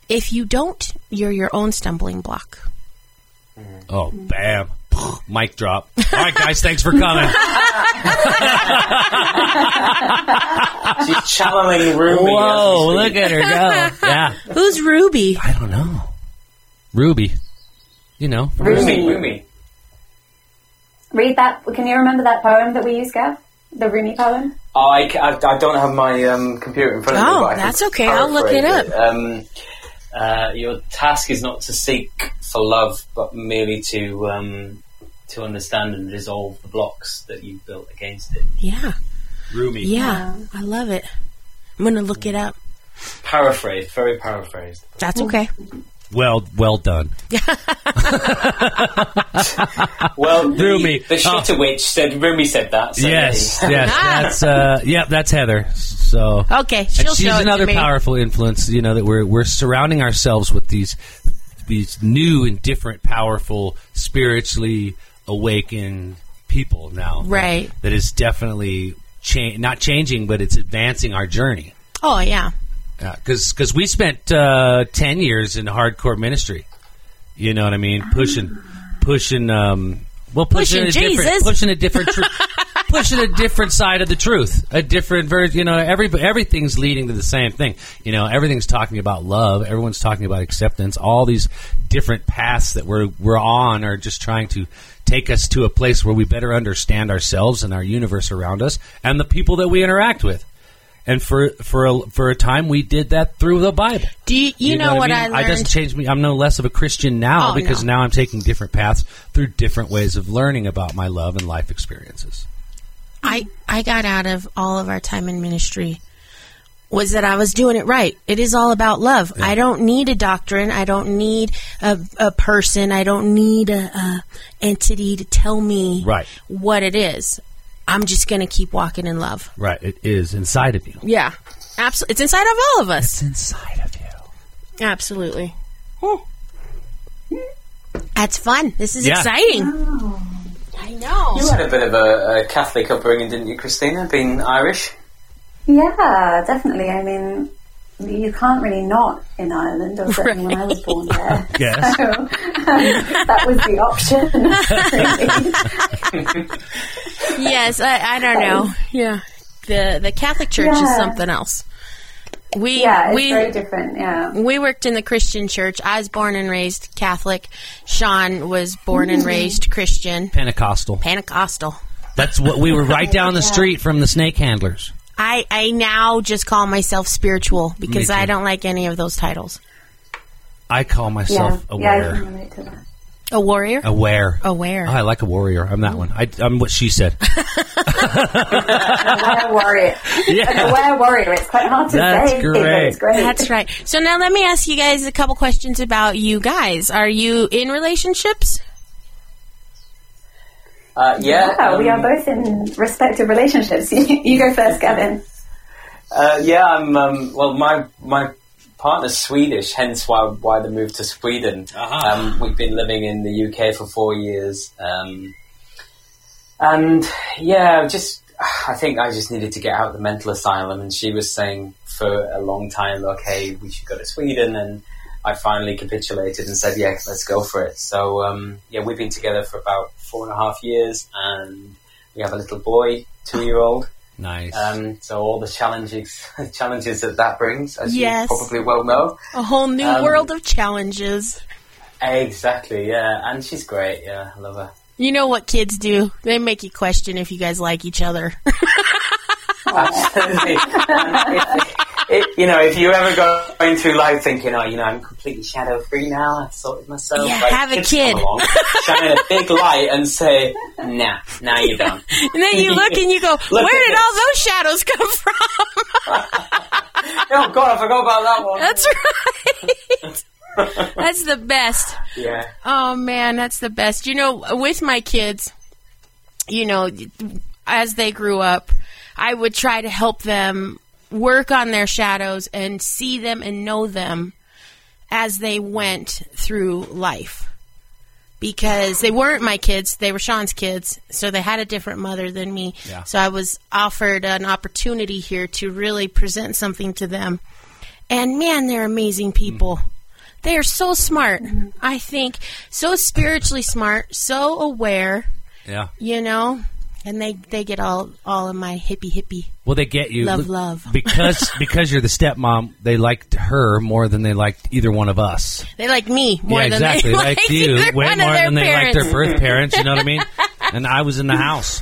if you don't, you're your own stumbling block.
Oh, bam. Mic drop. All right, guys, thanks for coming.
She's channeling Ruby.
Whoa,
as we
look
speak.
at her go. Yeah.
Who's Ruby?
I don't know. Ruby. You know.
Rumi, Rumi.
Read that. Can you remember that poem that we used, Gav? The Rumi poem.
Oh, I, ca- I, I don't have my um, computer in front of me.
Oh,
but I can
that's okay. I'll look it
paraphrase Um, uh, your task is not to seek for love, but merely to um, to understand and dissolve the blocks that you built against it.
Yeah,
Rumi.
yeah, I love it. I'm gonna look it up.
Paraphrased, very paraphrased.
That's okay.
Well, well done.
Well,
Rumi.
the Shutter Witch said Rumi said that. So
Yes,
maybe.
yes. That's uh yeah, that's Heather. So
Okay,
and
she'll
she's
show it
another
to me.
powerful influence, you know, that we're we're surrounding ourselves with these these new and different powerful spiritually awakened people now.
Right.
that is definitely cha- not changing, but it's advancing our journey.
Oh yeah,
Because because we spent uh, ten years in hardcore ministry, you know what I mean, pushing pushing um well pushing,
Pushing
a different
Jesus.
pushing a different tr- pushing a different side of the truth, a different version. You know, every everything's leading to the same thing. You know, everything's talking about love. Everyone's talking about acceptance. All these different paths that we're we're on are just trying to take us to a place where we better understand ourselves and our universe around us and the people that we interact with. And for for a, for a time, we did that through the Bible.
Do you, you, know, what I,
mean?
learned?
It doesn't change me. I'm no less of a Christian now
Oh,
because
no.
now I'm taking different paths through different ways of learning about my love and life experiences.
I I got out of all of our time in ministry was that I was doing it right. It is all about love. I don't need a doctrine. I don't need a, a person. I don't need a, a entity to tell me
Right.
what it is. I'm just going to keep walking in love.
Right. It is inside of you.
Yeah. Absolutely. It's inside of all of us.
Inside of you.
Absolutely. That's fun. This is
Yeah.
exciting. I know.
You had a bit of a, a Catholic upbringing, didn't you, Christina? Being Irish.
Yeah, definitely. I mean, you can't really not in Ireland, or certainly when I was born there.
Yes.
So, um, that was the option.
yes, I, I don't know. Yeah, the the Catholic Church is
Yeah.
something else. We
yeah, it's very
we
different. Yeah.
we worked in the Christian church. I was born and raised Catholic. Sean was born
Mm.
and raised Christian,
Pentecostal.
Pentecostal.
That's what we were right down the street from the snake handlers.
I I now just call myself spiritual because
too.
I don't like any of those titles.
I call
Yeah.
myself
Yeah, I
aware.
can relate to that.
A warrior,
Aware.
aware.
Oh, I like a warrior. I'm that one. I, I'm what she said.
Aware warrior.
Yeah.
An aware warrior. It's quite hard to
That's
say. but
great.
It's great.
That's right. So now let me ask you guys a couple questions about you guys. Are you in relationships?
Uh, yeah.
Yeah, we
um,
are both in respective relationships. You, you go first, Gavin.
Uh, yeah, I'm. Um, well, my my partner's Swedish, hence why why the move to Sweden.
Uh-huh.
Um, we've been living in the UK for four years, um, and yeah, just I think I just needed to get out of the mental asylum. And she was saying for a long time, okay, we should go to Sweden, and I finally capitulated and said, yeah, let's go for it. So um, yeah, we've been together for about four and a half years, and we have a little boy, two year old.
Nice.
Um, so all the challenges challenges that that brings, as
Yes.
you probably well know.
A whole new
Um,
world of challenges.
Exactly, yeah. And she's great, yeah. I love her.
You know what kids do? They make you question if you guys like each other.
Absolutely. And it- it- you know, if you ever go going through life thinking, oh, you know, I'm completely shadow free now, I've sorted myself.
Yeah,
like,
have a
kids
kid.
come along, shine a big light and say, nah, nah, you don't.
And then you look and you go,
Look
where
at
did
this.
all those shadows come from?
Oh, God, I forgot about that one.
That's right. that's the best.
Yeah.
Oh man, that's the best. You know, with my kids, you know, as they grew up, I would try to help them work on their shadows and see them and know them as they went through life. Because they weren't my kids, they were Sean's kids, so they had a different mother than me.
Yeah.
So I was offered an opportunity here to really present something to them. And man, they're amazing people. They are so smart. I think so spiritually smart, so aware,
yeah.
you know, and they they get all all of my hippie hippie.
Well, they get you.
Love, love.
Because because you're the stepmom, they liked her more than they liked either one of us.
They like me more
yeah,
than
exactly.
they
Like
like
you,
either
way
one
more
of their
than they like
parents.
their birth parents. You know what I mean? And I was in the house.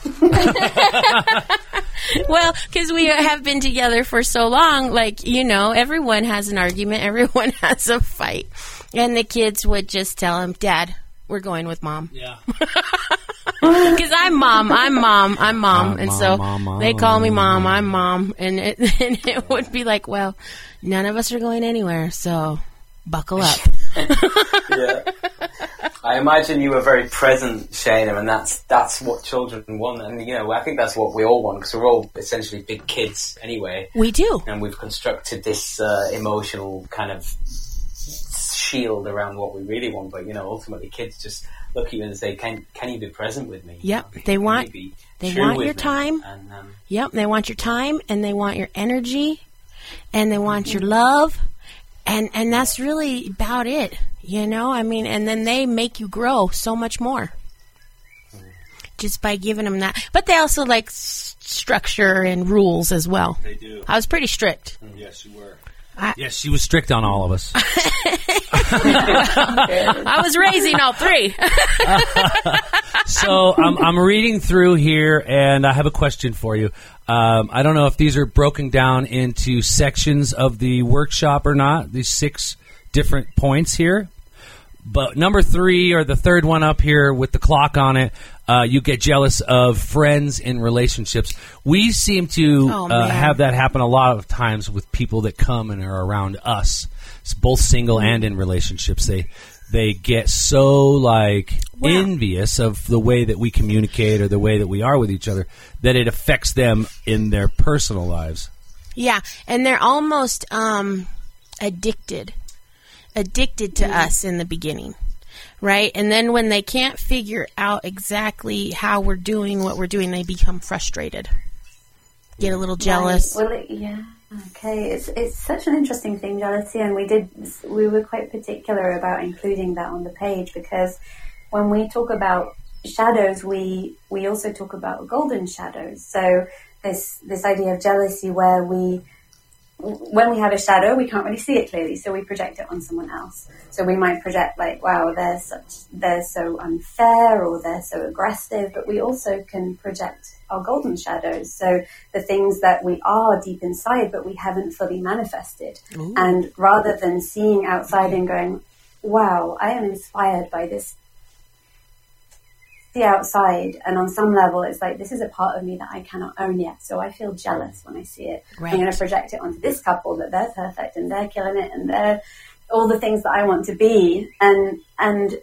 Well, because we have been together for so long, like, you know, everyone has an argument, everyone has a fight. And the kids would just tell him, Dad, we're going with mom.
Yeah.
Because I'm mom, I'm mom, I'm mom.
Uh,
and
mom,
so
mom, mom,
they call me
mom.
mom, I'm mom. And it, and it would be like, well, none of us are going anywhere, so buckle up.
yeah. I imagine you were very present, Shana, and that's that's what children want. And you know, I think that's what we all want because we're all essentially big kids anyway,
we do.
and we've constructed this uh, emotional kind of shield around what we really want. But you know, ultimately, kids just look at you and say, "Can can you be present with me?"
Yep,
You know,
they
"Can you
want-
be
they
true
want
with
your
me?"
time.
And, um,
Yep, they want your time and they want your energy and they want your love. And and that's really about it. You know, I mean, and then they make you grow so much more. just by giving them that. But they also like s- structure and rules as well.
They do.
I was pretty strict.
Yes, you were.
Yes, she was strict on all of us.
I was raising all three.
so I'm, I'm reading through here, and I have a question for you. Um, I don't know if these are broken down into sections of the workshop or not. These six different points here, but number three or the third one up here with the clock on it, uh, you get jealous of friends in relationships. We seem to
Oh,
uh,
man.
have that happen a lot of times with people that come and are around us. It's both single and in relationships. They they get so like envious of the way that we communicate or the way that we are with each other that it affects them in their personal lives.
Yeah, and they're almost um, addicted, addicted to us in the beginning, right? And then when they can't figure out exactly how we're doing what we're doing, they become frustrated, get a little jealous.
Well, it, yeah. Okay, it's, it's such an interesting thing, jealousy, and we did we were quite particular about including that on the page because when we talk about shadows, we we also talk about golden shadows. So this this idea of jealousy, where we when we have a shadow, we can't really see it clearly, so we project it on someone else. So we might project like, "Wow, they're such, they're so unfair, or they're so aggressive." But we also can project our golden shadows, so the things that we are deep inside, but we haven't fully manifested. And rather than seeing outside and going, "Wow, I am inspired by this," the outside, and on some level, it's like this is a part of me that I cannot own yet. So I feel jealous when I see it.
Right.
I'm going to project it onto this couple that they're perfect and they're killing it and they're all the things that I want to be. And and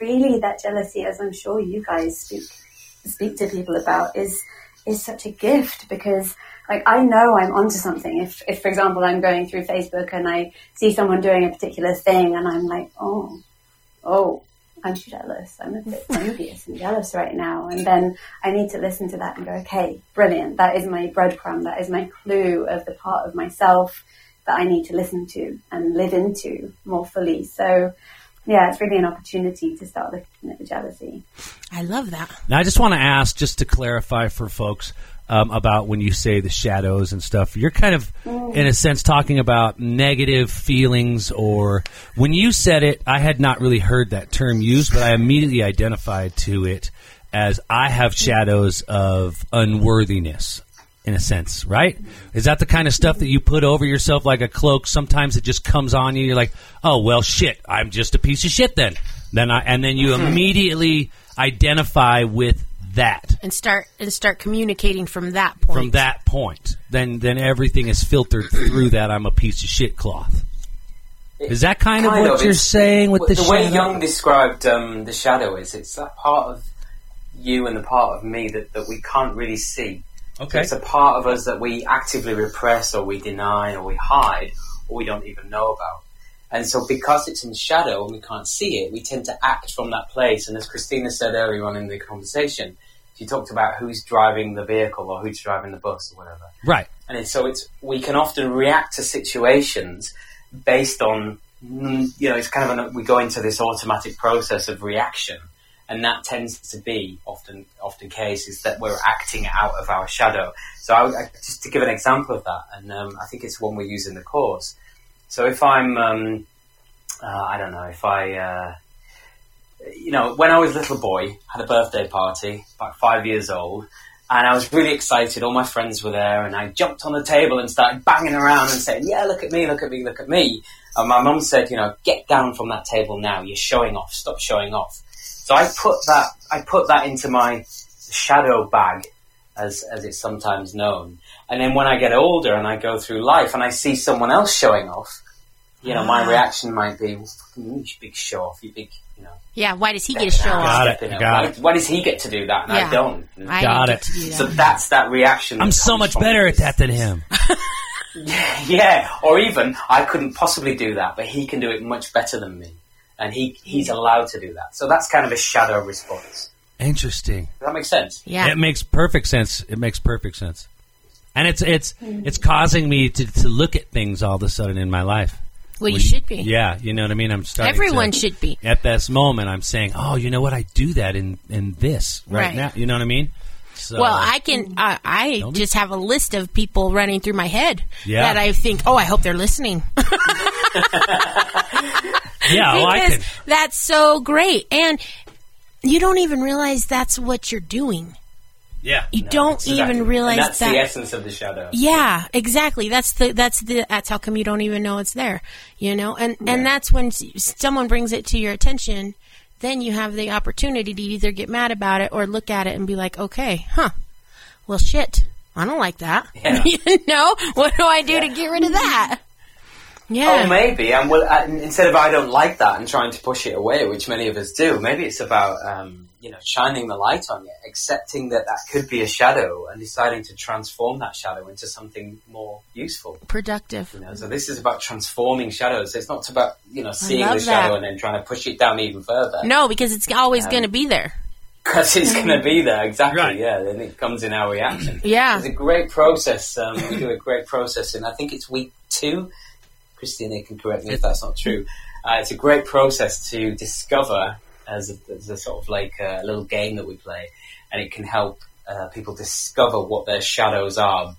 really, that jealousy, as I'm sure you guys speak speak to people about, is is such a gift because like I know I'm onto something. If if for example I'm going through Facebook and I see someone doing a particular thing and I'm like, oh, oh, I'm jealous. I'm a bit envious and jealous right now. And then I need to listen to that and go, okay, brilliant. That is my breadcrumb. That is my clue of the part of myself that I need to listen to and live into more fully. So, yeah, it's really an opportunity to start looking at the jealousy.
I love that.
Now, I just want to ask, just to clarify for folks um, about when you say the shadows and stuff, you're kind of, in a sense, talking about negative feelings or. When you said it, I had not really heard that term used, but I immediately identified to it as I have shadows of unworthiness. In a sense, right? Is that the kind of stuff that you put over yourself like a cloak? Sometimes it just comes on you. You're like, oh well, shit. I'm just a piece of shit then. Then I, and then
Mm-hmm.
you immediately identify with that
And start and start communicating from that point.
from that point. Then then everything is filtered through that I'm a piece of shit cloth. Is that kind, of
Kind
what
of,
you're
it's-
saying with the,
the way
shadow?
Young described um, the shadow is it's that part of you and the part of me that, that we can't really see. So
okay.
It's a part of us that we actively repress or we deny or we hide or we don't even know about. And so because it's in shadow and we can't see it, we tend to act from that place. And as Christina said earlier on in the conversation, she talked about who's driving the vehicle or who's driving the bus or whatever.
Right.
And it's, so it's we can often react to situations based on mm, you know it's kind of an, we go into this automatic process of reaction, and that tends to be often often cases that we're acting out of our shadow. So I, I, just to give an example of that, and um, I think it's one we use in the course. So if I'm um, uh, I don't know if I. Uh, you know, when I was a little boy, had a birthday party, about five years old, and I was really excited. All my friends were there, and I jumped on the table and started banging around and saying, "Yeah, look at me, look at me, look at me." And my mum said, "You know, get down from that table now. You're showing off. Stop showing off." So I put that I put that into my shadow bag, as as it's sometimes known. And then when I get older and I go through life and I see someone else showing off, you know,
Ah.
my reaction might be, "Well, fucking "You big show off, you big." You know,
yeah. Why does he get a show off?
Got it,
stepping up.
got
why,
it.
why does he get to do that and
Yeah.
I don't?
I
Got
didn't
it.
get to do that.
So that's that reaction.
I'm
that
so
comes
much
from
better at
this-
that than him.
Yeah, or even I couldn't possibly do that, but he can do it much better than me, and he he's allowed to do that. So that's kind of a shadow response.
Interesting.
Does that make sense?
yeah.
It makes perfect sense. It makes perfect sense. And it's it's it's causing me to, to look at things all of a sudden in my life.
Well, you
When-
should be.
Yeah, you know what I mean. I'm starting.
Everyone
to-
should be.
At this moment, I'm saying, oh, you know what? I do that in in this right,
Right.
now. You know what I mean? So,
Well,
Uh,
I can. I I
Don't be-
just have a list of people running through my head
Yeah.
that I think, oh, I hope they're listening
yeah, well, I
because
can.
that's so great, and you don't even realize that's what you're doing.
Yeah,
You don't
So that-
even realize
and that's
that.
the essence of the shadow.
Yeah, exactly. That's the that's the that's how come you don't even know it's there, you know. And and that's when s- someone brings it to your attention, then you have the opportunity to either get mad about it or look at it and be like, okay, huh? Well, shit, I don't like that. you know, what do I do to get rid of that? Yeah,
Oh, maybe. And well, uh, instead of I don't like that and trying to push it away, which many of us do, maybe it's about um, you know shining the light on it, accepting that that could be a shadow, and deciding to transform that shadow into something more useful.
productive.
You know, so this is about transforming shadows. It's not about you know seeing
love
the shadow
that.
and then trying to push it down even further.
No, because it's always going to be there.
because it's going to be there exactly.
Right.
Yeah, then it comes in our reaction.
Yeah.
it's a great process. Um, we do a great process, and I think it's week two. Christina can correct me if that's not true. Uh, it's a great process to discover as a, as a sort of like a little game that we play, and it can help uh, people discover what their shadows are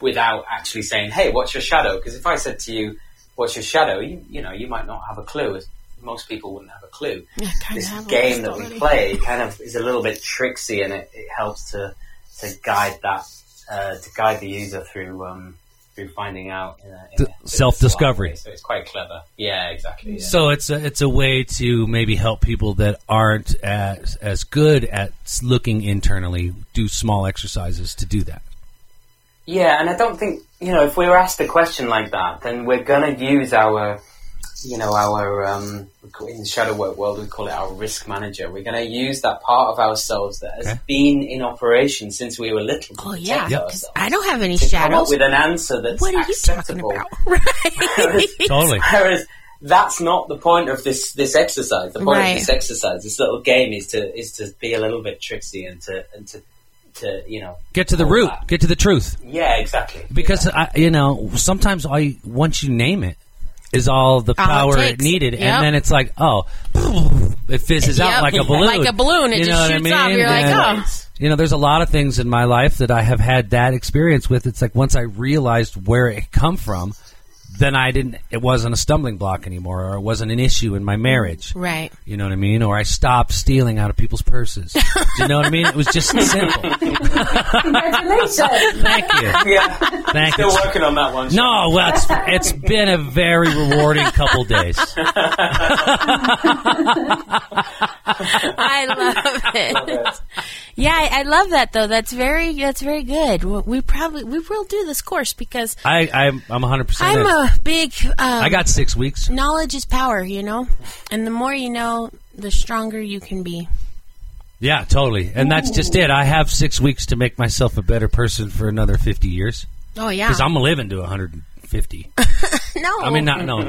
without actually saying, "Hey, what's your shadow?" Because if I said to you, "What's your shadow?" you you know you might not have a clue. as Most people wouldn't have a clue
Yeah, kind
this game that we play kind of is a little bit tricksy and it, it helps to to guide that uh, to guide the user through um, through finding out uh, in a, in a
The
bit of a
self-discovery.
smart way. So it's quite clever. Yeah, exactly. yeah.
So it's a, it's a way to maybe help people that aren't as as good at s- looking internally do small exercises to do that.
Yeah, and I don't think you know if we were asked a question like that, then we're gonna use our, you know, our um, we call- in the shadow work world we call it our risk manager. We're gonna use that part of ourselves that has
Okay.
been in operation since we were little. to
Oh
protect
yeah,
ourselves,
because I don't have any
uh, to come up
shadows.
with an answer that's
What are you talking
acceptable.
about? Right?
Totally.
Whereas that's not the point of this this exercise. The point
Right.
of this exercise, this little game, is to is to be a little bit tricksy and to and to to you know
Get to the
all
root.
that.
Get to the truth.
Yeah, exactly.
Because I, you know, sometimes I once you name it is all the
All it
power it,
takes.
needed,
Yep.
and then it's like, oh, it fizzes
Yep.
out like a balloon,
Like a balloon, it
you
just
know what I
shoots
mean?
off. You're like,
And,
oh.
you know, there's a lot of things in my life that I have had that experience with. It's like once I realized where it come from, then I didn't. It wasn't a stumbling block anymore, or it wasn't an issue in my marriage.
right.
You know what I mean? Or I stopped stealing out of people's purses. Do you know what I mean? It was just simple.
Congratulations.
Thank you.
Yeah,
Thank
still
you.
working on that one.
No, well, it's, it's been a very rewarding couple days.
I love it. yeah, I, I love that though. That's very that's very good. W- We probably we will do this course because
I, I'm, I'm 100%.
I'm
in.
a big. Um,
I got six weeks.
knowledge is power, you know, and the more you know, the stronger you can be.
Yeah, totally. And that's just it. I have six weeks to make myself a better person for another 50 years
Oh yeah,
because I'm living to 150.
no,
I mean, not, no.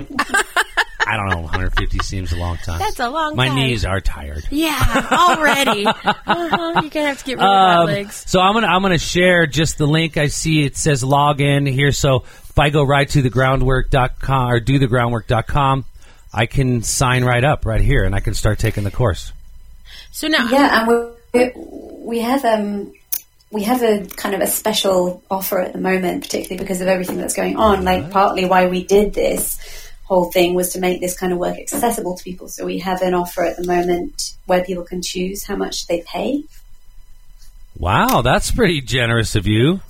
I don't know. 150 seems a long time.
That's a long
My
time.
knees are tired.
Yeah, already. uh-huh, you're gonna have to get rid of
Um,
that legs.
so I'm gonna I'm gonna share just the link I see. It says log in here. So if I go right to the groundwork.com or do the groundwork.com, I can sign right up right here and I can start taking the course.
So now,
yeah, and we we have um we have a kind of a special offer at the moment, particularly because of everything that's going on. Like partly why we did this whole thing was to make this kind of work accessible to people. So we have an offer at the moment where people can choose how much they pay
Wow, that's pretty generous of you.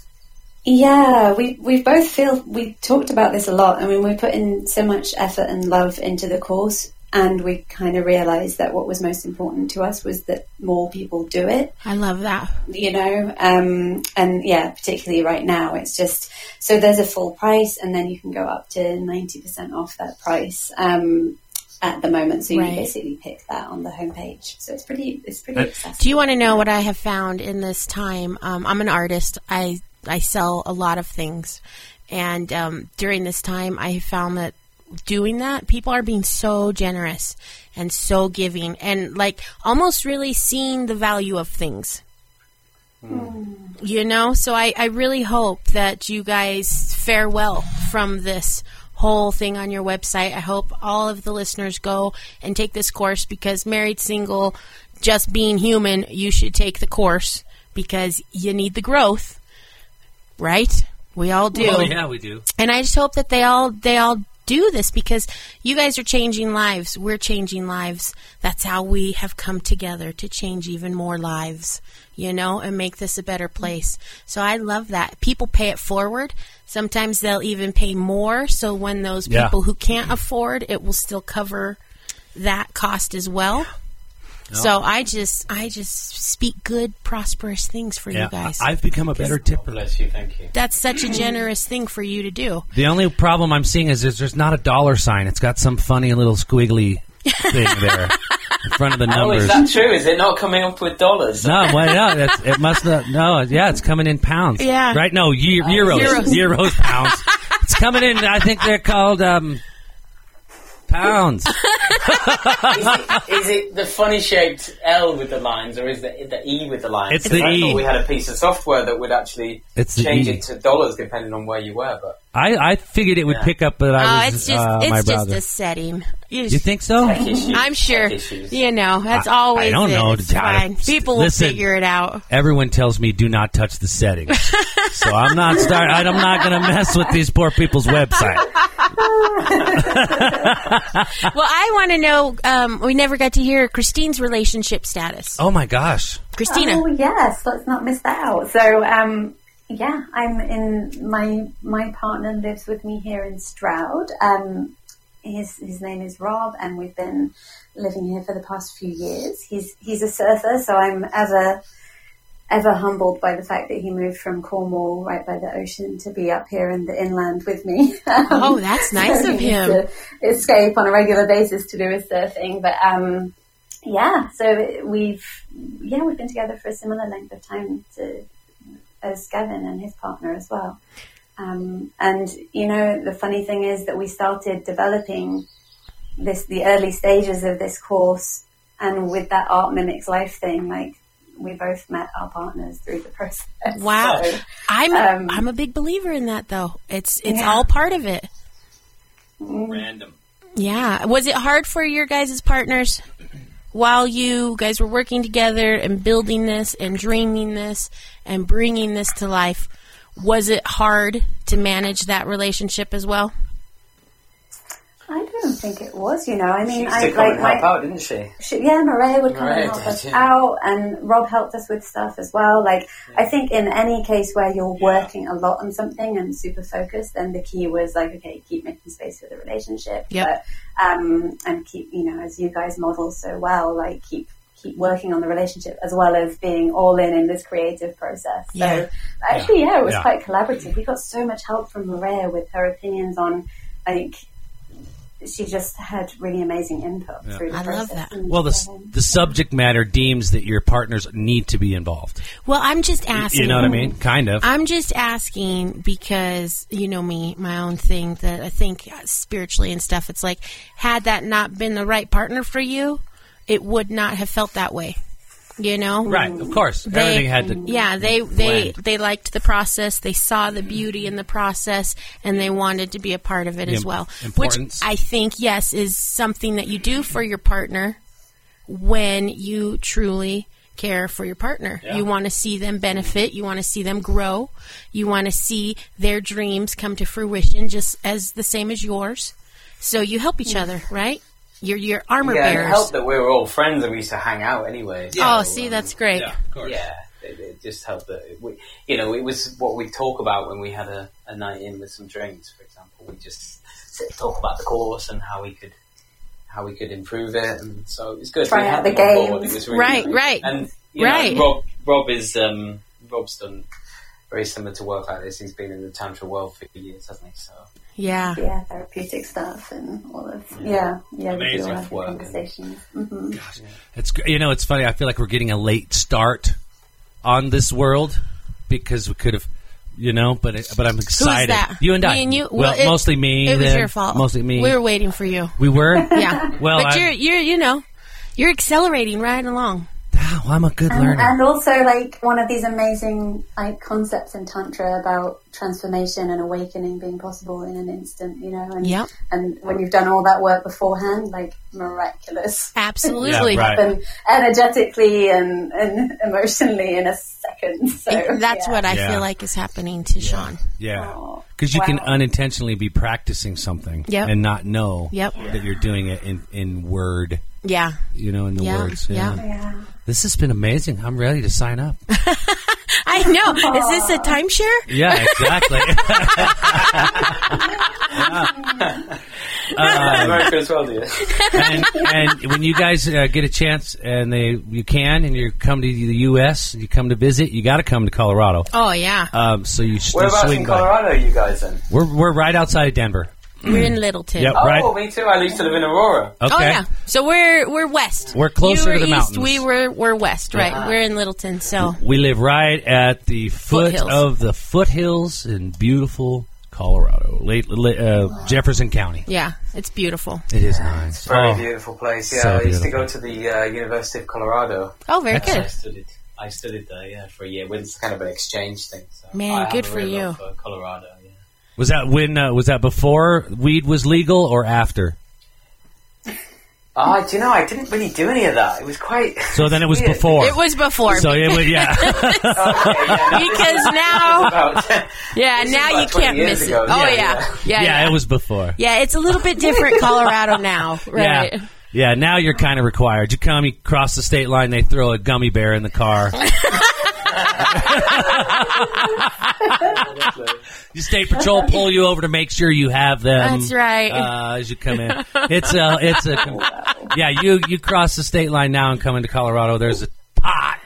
Yeah, we we both feel we talked about this a lot. I mean, we put in so much effort and love into the course, and we kind of realized that what was most important to us was that more people do it.
I love that.
You know, um, and yeah, particularly right now, it's just so there's a full price, and then you can go up to ninety percent off that price. Um, at the moment, so you
Right.
basically pick that on the homepage. So it's pretty, it's pretty accessible.
Do you want to know what I have found in this time? Um, I'm an artist. I I sell a lot of things, and um, during this time, I have found that doing that, people are being so generous and so giving, and like almost really seeing the value of things. You know, so I, I really hope that you guys fare well from this whole thing on your website. I hope all of the listeners go and take this course because married, single, just being human, you should take the course because you need the growth, right? We all do
Oh, yeah, we do.
and I just hope that they all they all do this because you guys are changing lives. We're changing lives. That's how we have come together to change even more lives, you know, and make this a better place. So I love that. People pay it forward. Sometimes they'll even pay more. So when those
Yeah.
people who can't afford it will still cover that cost as well. So I just I just speak good, prosperous things for you guys.
I- I've become a better tipper.
Bless you, thank you.
That's such a generous thing for you to do.
The only problem I'm seeing is, is there's not a dollar sign. It's got some funny little squiggly thing there in front of the
Oh, is
numbers.
that true? Is it not coming up with dollars?
No, well, yeah, that's, it must not. No, yeah, it's coming in pounds.
Yeah.
right. No, eu- euros,
Euros.
euros, pounds. it's coming in. I think they're called um, pounds.
Is it the funny shaped L with the lines, or is it the E with the lines?
It's the
I
E.
thought we had a piece of software that would actually
It's the
change
E.
it to dollars depending on where you were. But
I, I figured it would
Yeah.
pick up, but I
Oh,
was
it's just
uh, my
it's just
brother.
a setting.
you think so?
Issues,
I'm sure.
tech issues.
You know, that's
I-
always.
I don't
it.
know.
It's
I-
fine. People
listen.
will figure it out.
Everyone tells me do not touch the settings, so I'm not start. I'm not going to mess with these poor people's website.
Well, I want to know. Um, we never got to hear Christine's relationship status.
Oh my gosh!
Christina,
Oh yes, let's not miss that out. So um, yeah, I'm in my my partner lives with me here in Stroud. Um, his his name is Rob, and we've been living here for the past few years. He's he's a surfer, so I'm ever ever humbled by the fact that he moved from Cornwall, right by the ocean, to be up here in the inland with me.
Oh, that's nice
he
of
needs
him.
to Escape on a regular basis to do his surfing, but um, yeah, so we've yeah we've been together for a similar length of time to as Gavin and his partner as well. Um, and you know, the funny thing is that we started developing this the early stages of this course, and with that art mimics life thing, like we both met our partners through the process.
wow,
So,
I'm
um,
I'm a big believer in that though. It's it's
Yeah.
all part of it.
Random.
Yeah. Was it hard for your guys' partners while you guys were working together and building this and dreaming this and bringing this to life? Was it hard to manage that relationship as well?
I don't think it was, you know. I mean,
She used
I
to come and
like my,
help out, didn't she?
She, yeah, Maria would come
Maria
and help
does,
us
yeah.
out, and Rob helped us with stuff as well. Like, I think in any case where you're working a lot on something and super focused, then the key was like, okay, keep making space for the relationship,
Yep.
but, um, and keep you know as you guys model so well, like keep keep working on the relationship as well as being all in in this creative process.
Yeah.
So actually, yeah, it was
Yeah.
quite collaborative. We got so much help from Maria with her opinions on like. She just had really amazing input through the
I love
process.
that.
and
Well, the, s-
um,
the subject matter deems that your partners need to be involved.
Well, I'm just asking.
You know what I mean? Kind of.
I'm just asking because you know me, my own thing that I think spiritually and stuff. It's like had that not been the right partner for you, it would not have felt that way. You know,
right, of course.
They-
Everything had to.
Yeah, they they
Blend.
they liked the process. They saw the beauty in the process, and they wanted to be a part of it as
im-
well.
importance.
Which I think, yes, is something that you do for your partner when you truly care for your partner. You want to see them benefit. You want to see them grow. You want to see their dreams come to fruition, just as the same as yours. So you help
Mm.
each other, right? You're your armor
Yeah, it
bearers.
helped that we were all friends and we used to hang out anyway.
Oh,
So,
see,
um,
that's great.
of course.
Yeah, it, it just helped that it- we, you know, it was what we talk about when we had a, a night in with some drinks, for example. We just sit and talk about the course and how we could how we could improve it, and so it was good.
Try
we
out
had
the
them on board.
games.
It was really
Right,
nice.
right,
and you know,
right.
Rob, Rob is um, Rob's done very similar to work like this. He's been in the tantra world for years, hasn't he? So
Yeah.
yeah, therapeutic stuff and all of yeah, yeah, we do
Amazing
all have the
work.
conversations. hmm
It's gr- you know it's funny. I feel like we're getting a late start on this world because we could have, you know. But it, but I'm excited.
that?
You and I.
Me and you?
Well,
Well, it-
mostly me.
It was
then.
your fault.
Mostly me.
We were waiting for you.
We were?
Yeah.
Well,
but
I'm-
you're you're you know, you're accelerating right along.
Wow, I'm a good
And,
learner.
and also, like one of these amazing like concepts in tantra about transformation and awakening being possible in an instant, you know. And,
Yep.
and when you've done all that work beforehand, like miraculous,
Absolutely.
Yeah, right.
and energetically and, and emotionally in a second. So
It- That's
yeah.
what I
Yeah.
feel like is happening to Sean.
Yeah,
Oh,
because you can
wow.
unintentionally be practicing something
Yep.
and not know
Yep.
that you're doing it in, in word.
Yeah.
You know, in the
Yeah,
words.
yeah.
Yeah.
This has been amazing. I'm ready to sign up.
I know. Is this a timeshare?
Yeah, exactly.
Um,
America as well, do you?
and, and when you guys uh, get a chance, and they you can, and you come to the U.S., you come to visit, you got to come to Colorado.
Oh yeah.
Um, so you, s- you
Whereabouts
swing
in
by.
Colorado are you guys in?
We're we're right outside of Denver.
We're in Littleton.
Yep.
Oh,
Right.
me too. I used to live in Aurora.
Okay.
Oh yeah. So we're we're west.
We're closer
You were
to the
east,
mountains.
We were we're west, right? We're in Littleton. So
We live right at the foot
Foothills.
of the foothills in beautiful Colorado, late, uh, Jefferson County.
yeah, it's beautiful.
It is nice.
Very
Oh,
beautiful place. Yeah,
so
I used to
beautiful.
go to the uh, University of Colorado.
Oh, very
I
good.
studied. I studied there, yeah, for a year. Well, It's kind of an exchange thing. So
Man,
I have
good
a
for
real
you.
love For Colorado, yeah.
was that when? Uh, was that before weed was legal or after?
Oh, do you know, I didn't really do any of that. It was quite.
So then it was
weird.
before.
It was before
So it was yeah.
Okay, yeah,
because now
about-
yeah
This is
now
about
you
20
can't
years
miss it.
ago.
Oh
Yeah,
yeah. Yeah.
yeah,
Yeah.
it was before.
Yeah, it's a little bit different Colorado now, right?
Yeah. Yeah, now you're kind of required. You come, you cross the state line, they throw a gummy bear in the car. you state patrol pull you over to make sure you have them.
That's right.
Uh, as you come in, it's a, it's a, yeah. You you cross the state line now and come into Colorado. There's a pot.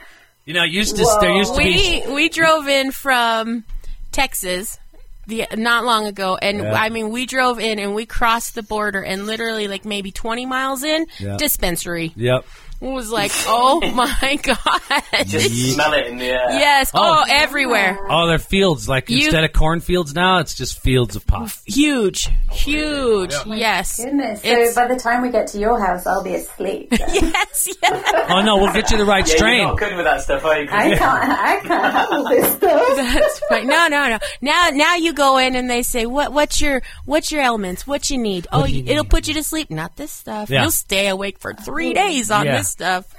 You know, used to there used to be.
we we drove in from Texas the not long ago, and
Yeah.
I mean we drove in and we crossed the border, and literally like maybe twenty miles in
Yeah.
dispensary
Yep.
It was like, oh my god,
Just smell it in the air.
yes, oh, everywhere,
All their Oh, fields, like
You-
instead of cornfields now, it's just fields of pot.
huge, huge, yes,
Goodness. So
It's-
by the time we get to your house, I'll be asleep.
yes, yes.
Oh no, we'll get you the right
Yeah,
strain.
you're not good with that stuff, are you?
I can't. I can't handle this stuff.
That's right. No, no, no. Now, now you go in and they say, "What? What's your? What's your elements? What you need? oh,
do you
you- it'll
need?
put you to sleep. Not this stuff.
Yeah.
You'll stay awake for three days on
Yeah.
this stuff.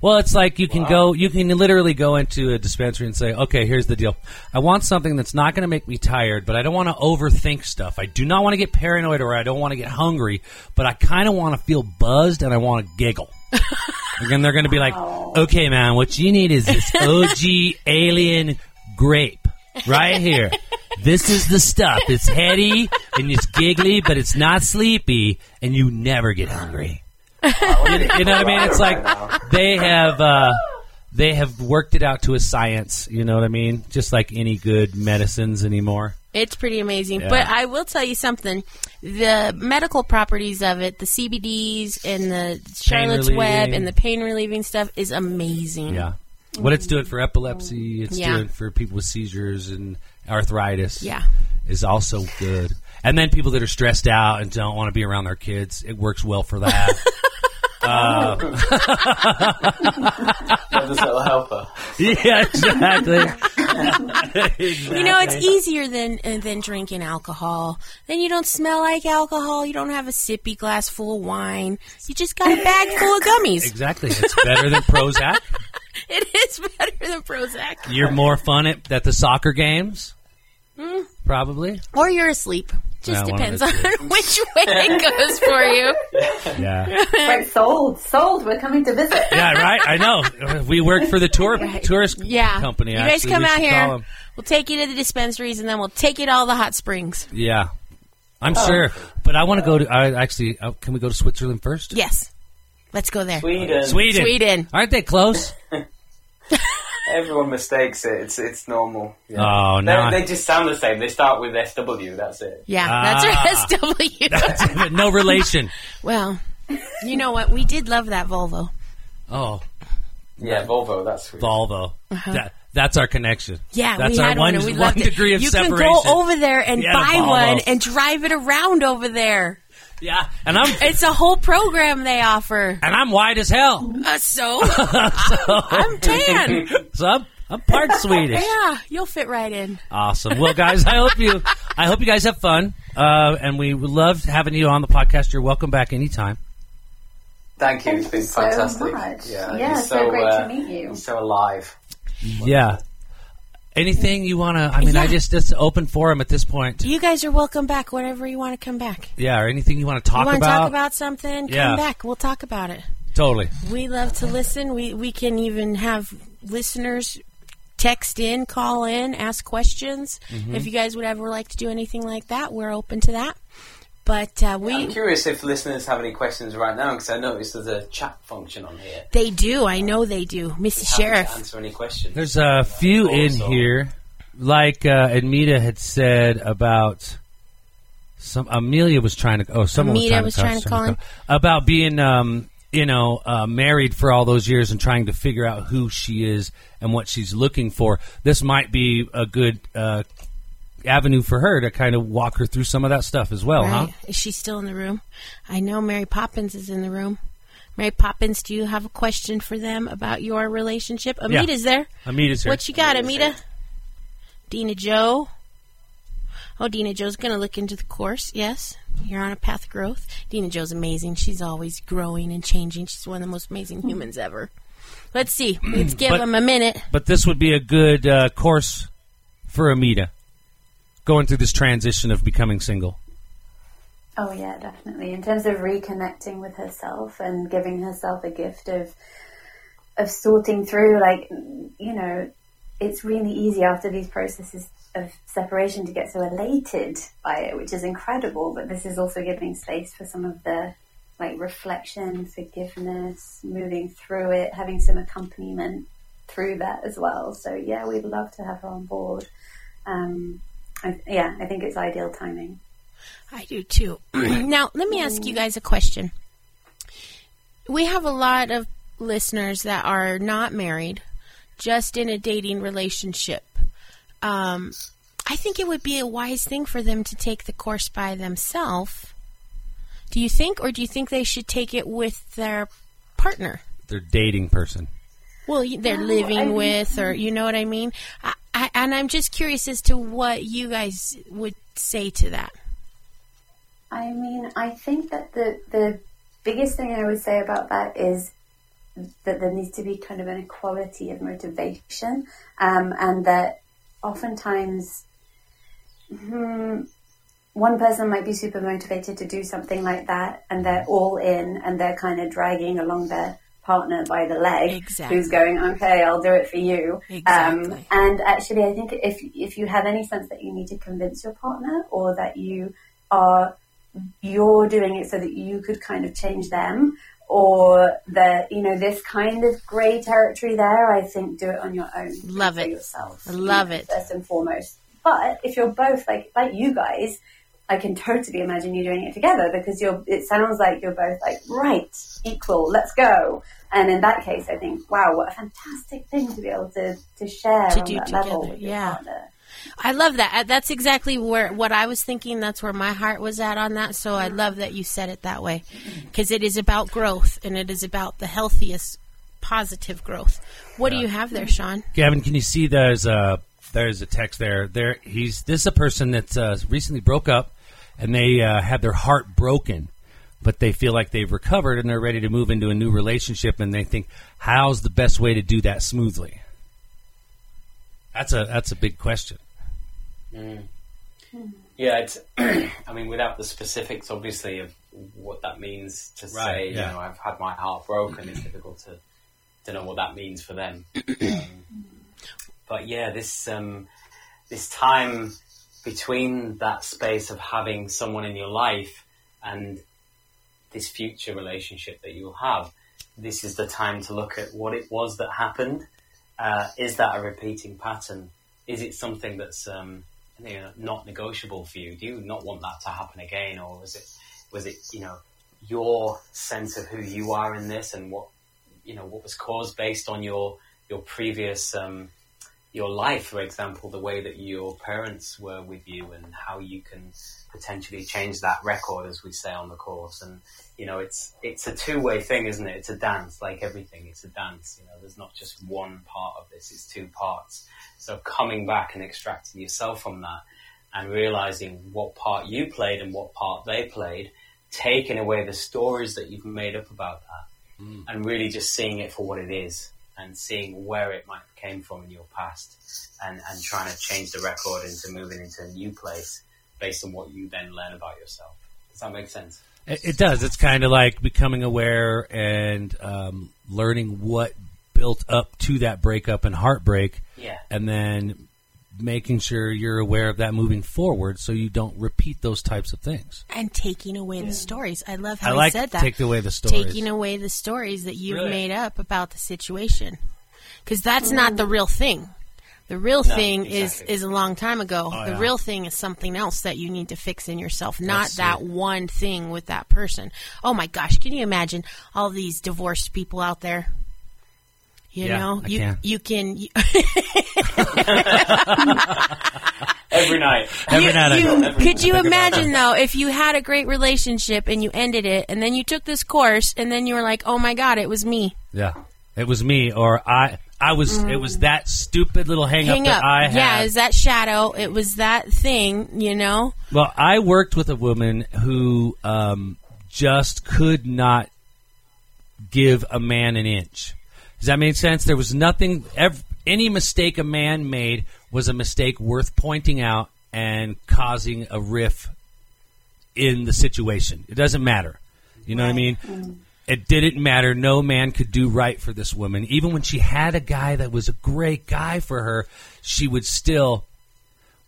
Well, it's like you can go, you can literally go into a dispensary and say, okay, here's the deal. I want something that's not going to make me tired, but I don't want to overthink stuff. I do not want to get paranoid or I don't want to get hungry, but I kind of want to feel buzzed and I want to giggle. and they're going to be like, okay, man, what you need is this OG alien grape right here. This is the stuff. It's heady and it's giggly, but it's not sleepy, and you never get hungry. You know what I mean? It's like they have uh, they have worked it out to a science. You know what I mean? Just like any good medicines anymore.
It's pretty amazing. But I will tell you something: the medical properties of it, the CBDs and the Charlotte's Web
relieving.
and the pain relieving stuff, is amazing.
Yeah, what it's doing for epilepsy, it's
Yeah.
doing for people with seizures and arthritis.
Yeah.
is also good. And then people that are stressed out and don't want to be around their kids, it works well for that.
Have this little helper.
yeah, exactly.
You know, it's easier than uh, than drinking alcohol. Then you don't smell like alcohol. You don't have a sippy glass full of wine. You just got a bag full of gummies.
Exactly. It's better than Prozac.
It is better than Prozac.
You're more fun at, at the soccer games.
Mm.
Probably.
Or you're asleep. Just
Yeah, one of
depends
the
on which way it goes for you.
Yeah.
Right, sold, sold. We're coming to visit.
yeah, right. I know. We work for the tour tourist
Yeah.
company.
you guys
actually.
come
We
out
should call
here.
'em.
We'll take you to the dispensaries and then we'll take you to all the hot springs.
Yeah, I'm
Oh.
sure. But I want to go to. I actually, uh, can we go to Switzerland first?
Yes. Let's go there.
Sweden.
Sweden.
Sweden.
Aren't they close?
Everyone mistakes it. It's it's normal. Yeah.
Oh,
They-
no.
they, just sound the same. They start with SW. That's it.
Yeah,
Ah.
that's our SW.
no relation.
well, you know what? We did love that Volvo.
Oh,
Yeah, Volvo. That's Sweden.
Volvo. That, that's our connection.
Uh-huh. Yeah,
that's
we
our
had
one,
one, and we
one
loved it.
degree of
you
separation.
can go over there and
Yeah,
buy
Volvo.
one and drive it around over there.
Yeah, and I'm
It's a whole program they offer.
and I'm white as hell,
Uh, so I'm, I'm tan.
so I'm, I'm part Swedish.
Yeah, you'll fit right in.
Awesome. Well, guys, I hope you I hope you guys have fun, uh, and we loved having you on the podcast. You're welcome back anytime.
Thank you. It's been
so
fantastic.
much.
Yeah,
Yeah,
you're uh,
so great to meet you.
you're so alive.
Yeah. Anything you want to? I mean, I
Yeah.
just it's open forum at this point.
You guys are welcome back whenever you want to come back.
Yeah. Or anything you want to talk
you want
about?
to talk about something?
Yeah.
Come back. We'll talk about it.
Totally.
We love to listen. We we can even have listeners text in, call in, ask questions.
Mm-hmm.
If you guys would ever like to do anything like that, we're open to that. But uh, we
I'm curious if listeners have any questions right now because I noticed there's a chat function on here.
they do. I know they do, Mrs.
Happy to
Sheriff.
answer any questions.
There's a few in
Also-
here, like uh, Admita had said about. Some Amelia was trying to. Oh, someone
Amita
was
was
trying
trying
to,
to
someone
call
about being, um, you know, uh, married for all those years and trying to figure out who she is and what she's looking for. This might be a good uh, avenue for her to kind of walk her through some of that stuff as well, Oh, huh?
Right. Is she still in the room? I know Mary Poppins is in the room. Mary Poppins, do you have a question for them about your relationship? Amita's there.
Amita's here.
What you got, Amita? Dina Joe. Oh, Dina Joe's going to look into the course. Yes, you're on a path of growth. Dina Joe's amazing. She's always growing and changing. She's one of the most amazing humans ever. Let's see. Let's give
But-
them a minute.
but this would be a good uh, course for Amita going through this transition of becoming single.
Oh yeah, definitely. In terms of reconnecting with herself and giving herself a gift of of sorting through like you know, it's really easy after these processes of separation to get so elated by it, which is incredible, but this is also giving space for some of the like reflection, forgiveness, moving through it, having some accompaniment through that as well. So yeah, we'd love to have her on board. Um, I, yeah, I think it's ideal timing.
I do too. now, let me ask you guys a question. We have a lot of listeners that are not married, just in a dating relationship. Um, I think it would be a wise thing for them to take the course by themselves. Do you think, or do you think they should take it with their partner?
They're dating person.
Well, y- they're
No,
living
I mean-
with, or you know what I mean? I, I, and I'm just curious as to what you guys would say to that.
I mean, I think that the the biggest thing I would say about that is that there needs to be kind of an equality of motivation, um, and that oftentimes hmm, one person might be super motivated to do something like that, and they're all in, and they're kind of dragging along their partner by the leg,
Exactly.
who's going, "Okay, I'll do it for you." Um,
Exactly.
and actually, I think if if you have any sense that you need to convince your partner, or that you are you're doing it so that you could kind of change them or that you know this kind of gray territory there i think do it on your own
Love
for
it.
yourself
I love
you know,
it.
first and foremost but if you're both like like you guys i can totally imagine you doing it together because you're it sounds like you're both like right equal let's go and in that case i think wow what a fantastic thing to be able to to share
To
on
do
that level
together,
with your
yeah.
partner
I love that. Uh, That's exactly where what I was thinking. That's where my heart was at on that. So I love that you said it that way, because it is about growth and it is about the healthiest, positive growth. What do you have there, Sean?
Gavin, can you see there's a there's a text there? There he's this is a person that's uh, recently broke up, and they uh, had their heart broken, but they feel like they've recovered and they're ready to move into a new relationship, and they think how's the best way to do that smoothly. That's a that's a big question.
Yeah, it's, I mean, without the specifics, obviously, of what that means to say,
Right, yeah.
you know, I've had my heart broken, it's difficult to, to know what that means for them. um, but yeah, this, um, this time between that space of having someone in your life and this future relationship that you'll have, this is the time to look at what it was that happened. Uh, is that a repeating pattern? Is it something that's um, you know, not negotiable for you? Do you not want that to happen again, or was it was it you know your sense of who you are in this and what you know what was caused based on your your previous um, your life, for example, the way that your parents were with you and how you can potentially change that record, as we say on the course. And, you know, it's, it's a two way thing, isn't it? It's a dance, like everything. It's a dance. You know, there's not just one part of this, it's two parts. So coming back and extracting yourself from that and realizing what part you played and what part they played, taking away the stories that you've made up about that, and really just seeing it for what it is and seeing where it might came from in your past and, and trying to change the record into moving into a new place based on what you then learn about yourself. Does that make sense?
It, it does. It's kind of like becoming aware and um, learning what built up to that breakup and heartbreak,
Yeah.
and then making sure you're aware of that moving forward, so you don't repeat those types of things.
and taking away the stories. I love
I
how you
like
said that.
take away the stories.
Taking away the stories that you've
Really?
made up about the situation, because that's not the real thing. The real
No,
thing
exactly.
is is a long time ago.
Oh,
the
yeah.
real thing is something else that you need to fix in yourself, not
That's
that
it.
one thing with that person. Oh my gosh, can you imagine all these divorced people out there? You
Yeah,
know,
I
you
can.
you can you,
Every night.
Every
You-
night I
you-
go,
every
could you
night I think about
imagine though if you had a great relationship and you ended it and then you took this course and then you were like, "Oh my god, it was me."
Yeah, it was me, or I. I was. It was that stupid little hang,
Mm. Hang
that
up.
I had.
Yeah, is that shadow? It was that thing, you know?
Well, I worked with a woman who um, just could not give a man an inch. Does that make sense? There was nothing. Ev- any mistake a man made was a mistake worth pointing out and causing a riff in the situation. It doesn't matter. You know what I mean?
Mm.
It didn't matter. No man could do right for this woman. Even when she had a guy that was a great guy for her, she would still.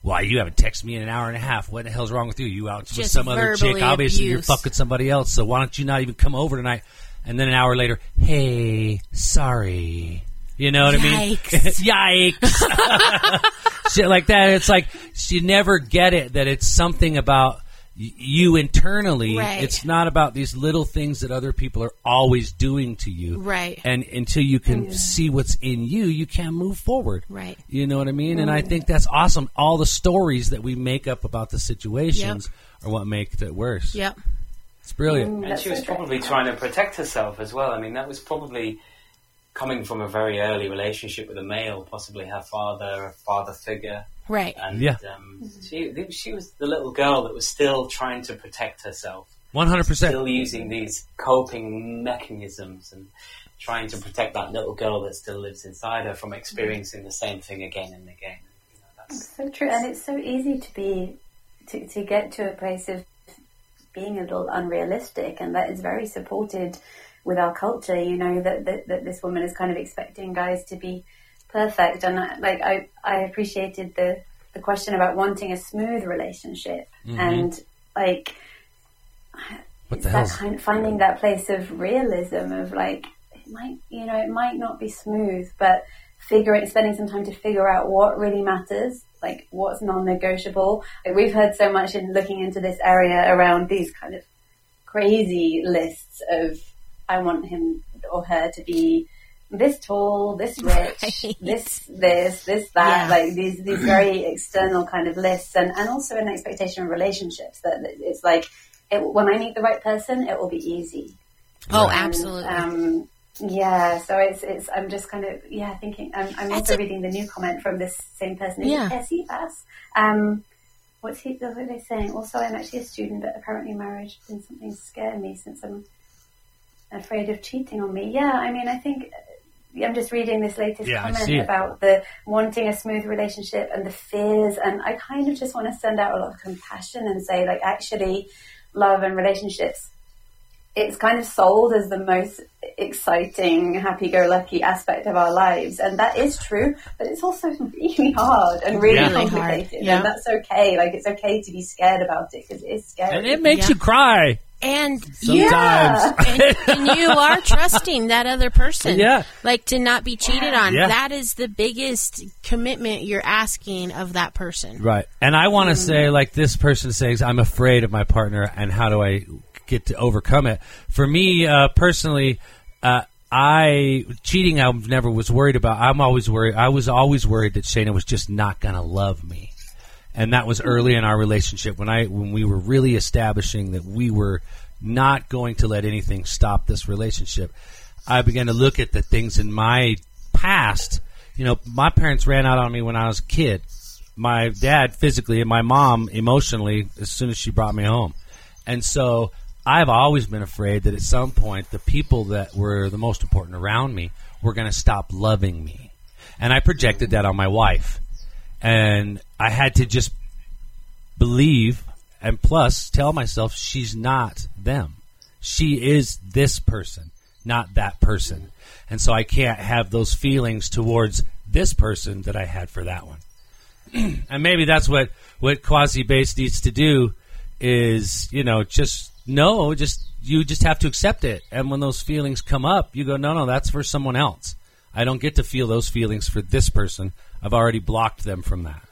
Why you haven't texted me in an hour and a half? What the hell's wrong with you? You out with
Just
some other chick?
verbally
Obviously, you're
abuse.
fucking somebody else. So why don't you not even come over tonight? And then an hour later, hey, sorry. You know what
Yikes.
I mean? Yikes! Shit like that. It's like you never get it that it's something about y- you internally.
Right.
It's not about these little things that other people are always doing to you.
Right.
And until you can see what's in you, you can't move forward.
Right.
You know what I mean? And I think that's awesome. All the stories that we make up about the situations are what make it worse.
Yep. Mm.
It's brilliant.
And she was probably trying to protect herself as well. I mean, that was probably coming from a very early relationship with a male, possibly her father, a father figure.
Right.
And
Yeah.
um, she, she was the little girl that was still trying to protect herself,
100%.
still using these coping mechanisms and trying to protect that little girl that still lives inside her from experiencing the same thing again and again. You know, that's-
So true, and it's so easy to be to, to get to a place of being a little unrealistic, and that is very supported with our culture. You know that that, that this woman is kind of expecting guys to be perfect, and I, like I I appreciated the the question about wanting a smooth relationship and like
What
it's
the
that
hell?
kind finding that place of realism of like it might you know it might not be smooth but figure it spending some time to figure out what really matters like what's non-negotiable like we've heard so much in looking into this area around these kind of crazy lists of i want him or her to be this tall this rich
Right.
this this this
Yeah.
that like these these very external kind of lists and and also an expectation of relationships that that it's like it, when I meet the right person, it will be easy.
Oh,
And,
absolutely.
Um, yeah, so it's it's. I'm just kind of yeah thinking. I'm, I'm
That's
also
a-
reading the new comment from this same person. Is
Yeah.
it Essie us? Um, what's he? What are they saying? Also, I'm actually a student, but apparently marriage has been something scared me since I'm afraid of cheating on me. Yeah, I mean, I think uh, I'm just reading this latest
Yeah, I
comment
see it.
about the wanting a smooth relationship and the fears, and I kind of just want to send out a lot of compassion and say, like, actually, love and relationships. It's kind of sold as the most exciting, happy-go-lucky aspect of our lives, and that is true. But it's also really hard and really
Yeah.
Really hard,
complicated,
yeah.
and that's okay. Like it's okay to be scared about it because it's scary.
And it makes you
Yeah.
cry
And you
sometimes.
and, and you are trusting that other person.
Yeah.
Like to not be cheated on.
Yeah.
That is the biggest commitment you're asking of that person.
Right. And I want to say, like this person says, I'm afraid of my partner, and how do I get to overcome it? For me uh, personally, uh, I cheating. I never was worried about. I'm always worried. I was always worried that Shayna was just not gonna love me, and that was early in our relationship when I when we were really establishing that we were not going to let anything stop this relationship. I began to look at the things in my past. You know, my parents ran out on me when I was a kid. My dad physically and my mom emotionally as soon as she brought me home. And so I've always been afraid that at some point the people that were the most important around me were going to stop loving me. And I projected that on my wife. And I had to just believe and plus tell myself she's not them. She is this person, not that person. And so I can't have those feelings towards this person that I had for that one. and maybe that's what what quasi base needs to do is, you know, just no, just you just have to accept it. And when those feelings come up, you go, "No, no, that's for someone else. I don't get to feel those feelings for this person. I've already blocked them from that."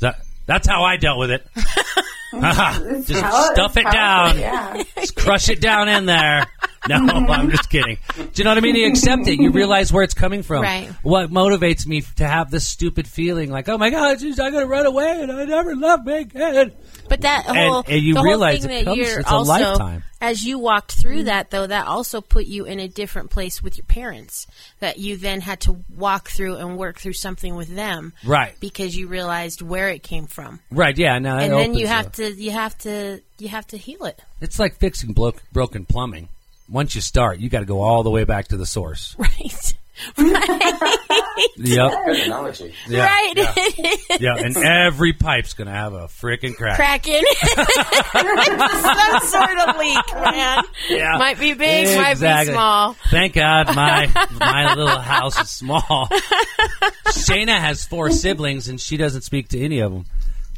That that's how I dealt with it. just
Power-
stuff it
powerful,
down.
Yeah.
Just crush it down in there. No, I'm just kidding. Do you know what I mean? You accept it. You realize where it's coming from.
Right.
What motivates me to have this stupid feeling like, oh my God, geez, I'm going to run away and I never love me again.
But that whole
and you
the
realize
whole thing
it
that
comes-
you're
it's a
also
lifetime.
as you walked through that though that also put you in a different place with your parents that you then had to walk through and work through something with them
Right.
because you realized where it came from
Right, yeah. Now that
and then
opens
you
it
have
up.
to you have to you have to heal it
It's like fixing blo- broken plumbing. Once you start, you got to go all the way back to the source.
right
yep.
Good analogy.
Yeah.
right
Yeah, and every pipe's going to have a freaking crack.
cracking some sort of leak man
Yeah.
might be big might be
Exactly.
small
Thank God my my little house is small. Shayna has four siblings and she doesn't speak to any of them.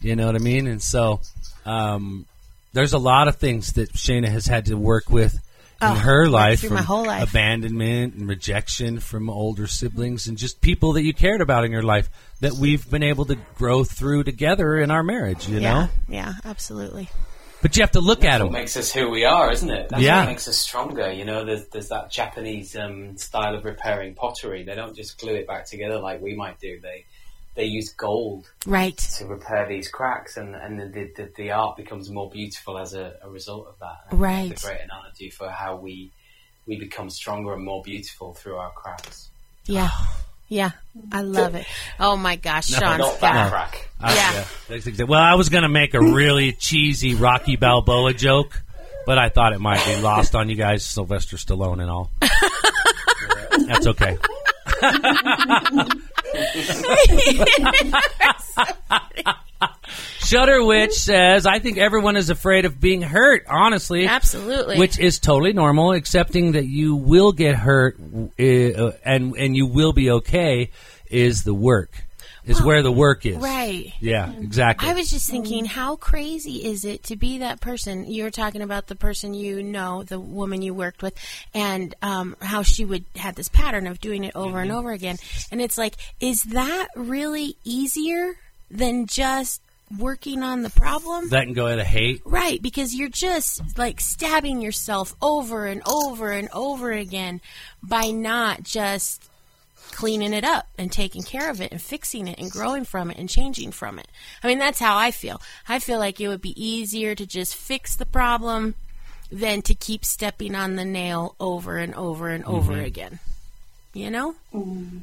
You know what I mean? And so um, there's a lot of things that Shayna has had to work with in
Oh,
her
went
life,
through
from
my whole life.
abandonment and rejection from older siblings and just people that you cared about in your life that we've been able to grow through together in our marriage. You
yeah
know,
yeah absolutely
but you have to look at
What
them.
makes us who we are, isn't it? That's
Yeah.
what makes us stronger. You know, there's, there's that Japanese um, style of repairing pottery. They don't just glue it back together like we might do. They they use gold
right
to repair these cracks, and, and the, the, the, the art becomes more beautiful as a, a result of that. And I think It's a
Right.
great analogy for how we we become stronger and more beautiful through our cracks.
Yeah. Yeah. I love it. Oh my gosh, Sean's
Not
got
that crack.
Uh,
Yeah.
That's exa- Well, I was going to make a really cheesy Rocky Balboa joke, but I thought it might be lost on you guys, Sylvester Stallone and all. That's okay. Shudder Witch says, I think everyone is afraid of being hurt, honestly.
Absolutely.
Which is totally normal, accepting that you will get hurt uh, and, and you will be okay is the work, is where the work is.
Right.
Yeah, exactly.
Mm. I was just thinking, how crazy is it to be that person? You were talking about the person you know, the woman you worked with, and um, how she would had this pattern of doing it over and over again. And it's like, is that really easier than just working on the problem?
that can go into hate.
Right, because you're just like stabbing yourself over and over and over again by not just cleaning it up and taking care of it and fixing it and growing from it and changing from it. I mean, that's how I feel. I feel like it would be easier to just fix the problem than to keep stepping on the nail over and over and over
Mm-hmm.
again. You know? Mm-hmm.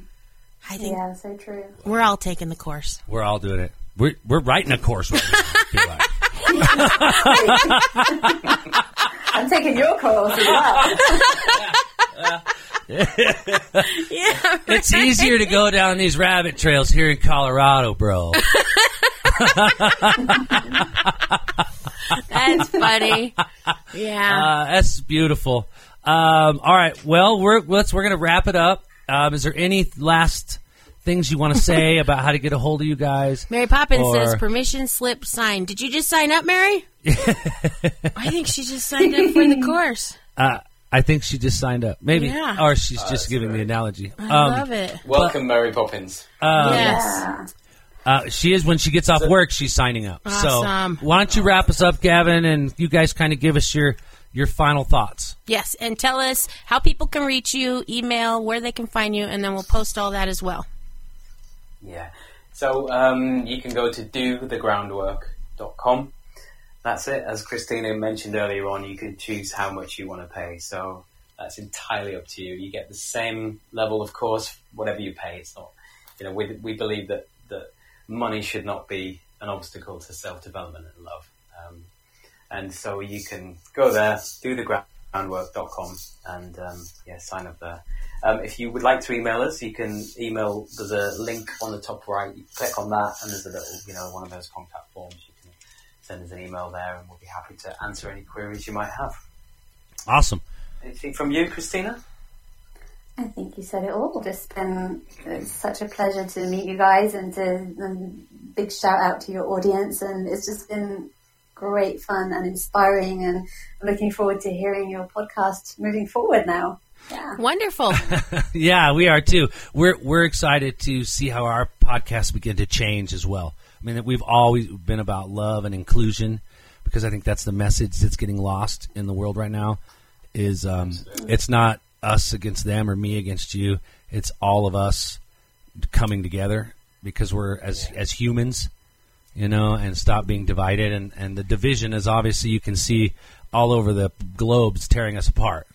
I think
Yeah, so true.
we're all taking the course.
We're all doing it. We're, we're writing a course right now. if you like.
I'm taking your course as well.
Yeah.
It's easier to go down these rabbit trails here in Colorado, bro.
That's funny. Yeah.
Uh, that's beautiful. Um, all right. Well, we're let's we're gonna wrap it up. Um, is there any last things you want to say about how to get a hold of you guys?
Mary Poppins
Or-
says permission slip signed. Did you just sign up, Mary? I think she just signed up for the course.
Uh, I think she just signed up. Maybe,
Yeah.
or she's just giving the analogy. Um,
I love it.
Welcome, Mary Poppins.
yes.
Uh, she is when she gets off work. She's signing up.
Awesome.
So why don't you wrap us up, Gavin, and you guys kind of give us your your final thoughts.
Yes, and tell us how people can reach you, email, where they can find you, and then we'll post all that as well.
Yeah. So um, you can go to dothegroundwork.com. That's it. As Christina mentioned earlier on, you can choose how much you want to pay. So that's entirely up to you. You get the same level, of course, whatever you pay. It's not, you know, we, we believe that, that money should not be an obstacle to self development and love. Um, and so you can go there, dothegroundwork.com, and um, yeah, sign up there. Um, if you would like to email us, you can email. There's a link on the top right. You click on that, and there's a little, you know, one of those contact forms. You can send us an email there, and we'll be happy to answer any queries you might have.
Awesome.
Anything from you, Christina?
I think you said it all. Just been it's such a pleasure to meet you guys and to and big shout out to your audience and it's just been great fun and inspiring and I'm looking forward to hearing your podcast moving forward now. Yeah.
Wonderful.
Yeah, we are too. We're we're excited to see how our podcasts begin to change as well. I mean, we've always been about love and inclusion because I think that's the message that's getting lost in the world right now. Is um, it's not us against them or me against you. It's all of us coming together because we're as as humans, you know, and stop being divided. And and the division is obviously you can see all over the globes tearing us apart.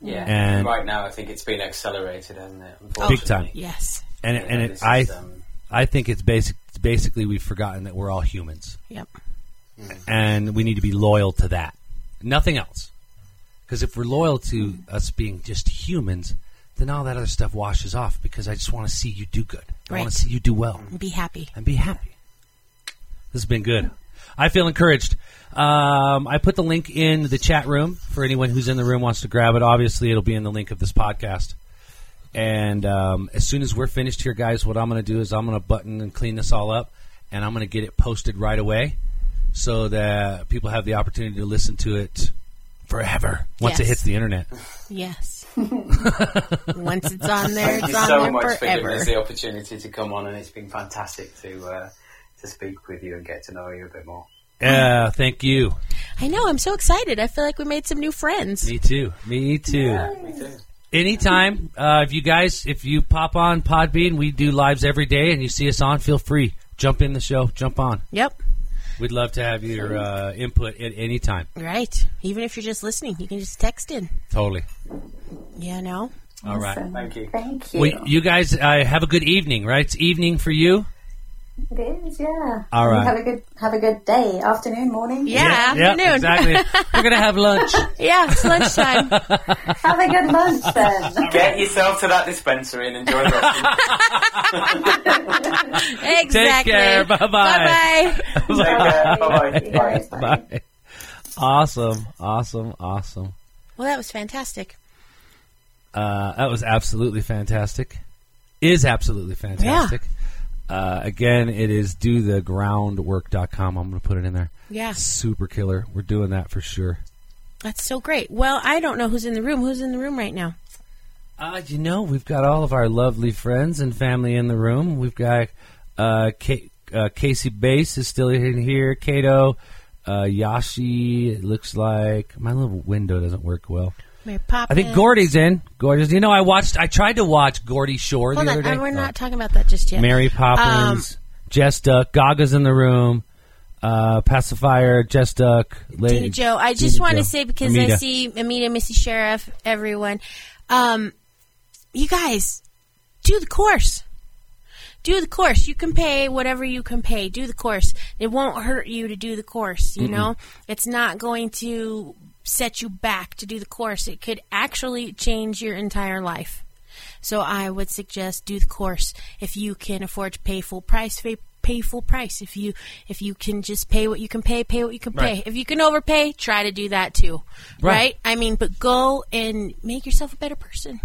Yeah.
And-
right now, I think it's been accelerated, hasn't it?
Big time.
Unfortunately.
yes.
and
You know,
and
this
it,
is,
I
um,
I think it's basic. Basically, we've forgotten that we're all humans,
Yep.
and we need to be loyal to that. Nothing else, because if we're loyal to us being just humans, then all that other stuff washes off. Because I just want to see you do good. I
Right.
want to see you do well
Be happy.
and be happy. This has been good. I feel encouraged. Um, I put the link in the chat room for anyone who's in the room wants to grab it. Obviously, it'll be in the link of this podcast. And um, as soon as we're finished here, guys, what I'm going to do is I'm going to button and clean this all up, and I'm going to get it posted right away so that people have the opportunity to listen to it forever once it
Yes.
hits the internet.
Yes. Once it's on there,
Thank
it's
you
on
so
there
much for giving
forever.
us the opportunity to come on, and it's been fantastic to uh, to speak with you and get to know you a bit more.
Yeah, Uh, thank you.
I know. I'm so excited. I feel like we made some new friends.
Me too. Me too.
Me too.
Anytime, uh, if you guys, if you pop on Podbean, we do lives every day, and you see us on, feel free jump in the show, jump on.
Yep.
We'd love to have your uh, input at any time.
Right. Even if you're just listening, you can just text in.
Totally.
Yeah. No.
All right.
Awesome.
Thank you.
Thank you.
Well, you guys uh, have a good evening, right? It's evening for you.
it is, yeah.
All right.
Have a good have a good day. Afternoon, morning.
Yeah.
Yep,
afternoon.
exactly. We're gonna have lunch.
yeah. It's lunchtime.
Have a good lunch then.
Get yourself to that dispensary and enjoy the rest of your
exactly.
care. Bye-bye.
Bye bye.
Take care. Bye-bye.
You guys, bye.
Bye. Awesome, awesome, awesome.
Well, that was fantastic.
Uh, that was absolutely fantastic. Is absolutely fantastic. Uh, again, it is do the groundwork.com. I'm going to put it in there.
Yeah.
Super killer. We're doing that for sure.
That's so great. Well, I don't know who's in the room. Who's in the room right now?
Uh, you know, we've got all of our lovely friends and family in the room. We've got uh, Ca uh, Casey Bass is still in here. Kato, uh, Yashi. It looks like my little window doesn't work well.
Mary Poppins.
I think Gordy's in. Gordy's. You know, I watched. I tried to watch Gordy Shore
Hold
the
on,
other day.
I- we're
Oh.
not talking about that just yet.
Mary Poppins, Jess Duck, Gaga's in the room, uh, Pacifier, Jess Duck,
Tina
Lady
Joe, I
Tina
just want
Jo,
to say because I
Amita.
see Amita, Missy Sheriff, everyone. Um, you guys, do the course. Do the course. You can pay whatever you can pay. Do the course. It won't hurt you to do the course, you know? It's not going to set you back to do the course. It could actually change your entire life. So I would suggest do the course if you can afford to pay full price. Pay, pay full price if you if you can just pay what you can pay, pay what you can
Right.
pay. If you can overpay, try to do that too.
Right.
Right. I mean, but go and make yourself a better person.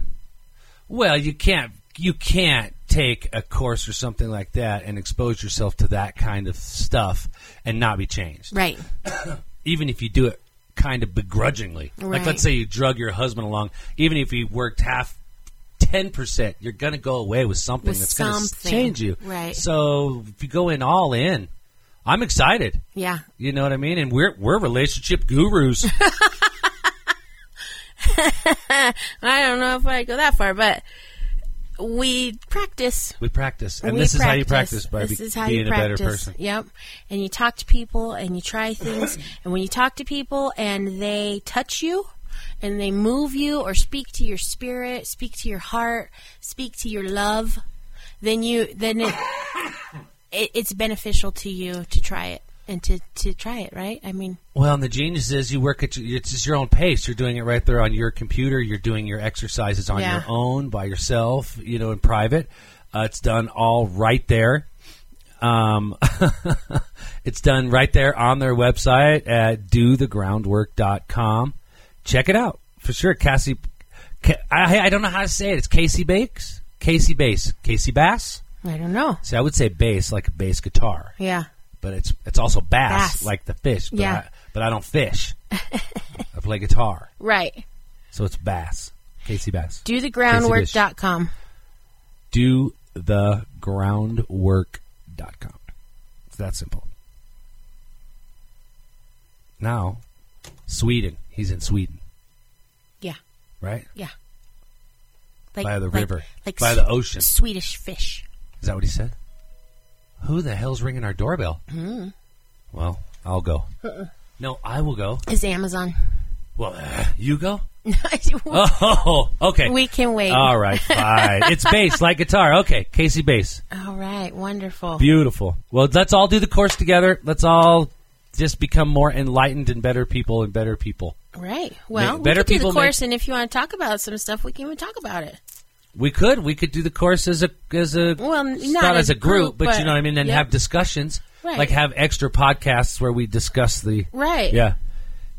Well, you can't you can't take a course or something like that and expose yourself to that kind of stuff and not be changed.
Right.
Even if you do it kind of begrudgingly. Like
Right.
let's say you drug your husband along, even if he worked half 10%, you're going to go away with something
With
that's going to
something.
change you.
Right.
So, if you go in all in, I'm excited.
Yeah.
You know what I mean? And we're we're relationship gurus.
I don't know if I go that far, but we practice.
We practice, and
We
this is how you practice by
This
be-
is how
being
you
a better
practice.
person.
Yep. And you talk to people and you try things. and when you talk to people and they touch you and they move you or speak to your spirit, speak to your heart, speak to your love, then you then it, it it's beneficial to you to try it and to to try it, right? I mean,
Well, and the genius is you work at your, it's just your own pace. You're doing it right there on your computer. You're doing your exercises on
Yeah.
your own by yourself, you know, in private. Uh, it's done all right there. Um, it's done right there on their website at dothegroundwork.com. Check it out for sure. Cassie, Ca- I, I don't know how to say it. It's Casey Bakes, Casey Bass, Casey Bass.
I don't know.
See, I would say bass like a bass guitar
Yeah.
but it's it's also bass,
Bass.
like the fish. But
Yeah.
I, but I don't fish. I play guitar,
Right.
so it's bass. Casey Bass.
Do the groundwork.com.
Do the groundwork.com. It's that simple. Now, Sweden. He's in Sweden,
Yeah.
right?
Yeah. Like,
By the
like-
river.
Like
By
s-
the ocean.
Swedish fish.
Is that what he said? Who the hell's ringing our doorbell?
Hmm.
Well, I'll go.
Uh-uh.
No, I will go.
Is Amazon.
Well, uh, you go. Oh, okay.
we can wait.
All right, fine. it's bass, like guitar. Okay, Casey bass.
All right. Wonderful.
Beautiful. Well, let's all do the course together. Let's all just become more enlightened and better people and better people.
right. Well,
Ma- better
we could do
people
the course, and if you want to talk about some stuff, we can even talk about it.
We could. We could do the course as a as a
Well, n-
s-
not
as
as
a
a
group,
group,
but, you
but-
know what I mean, and
yep.
have discussions.
Right.
Like have extra podcasts where we discuss the
Right.
Yeah.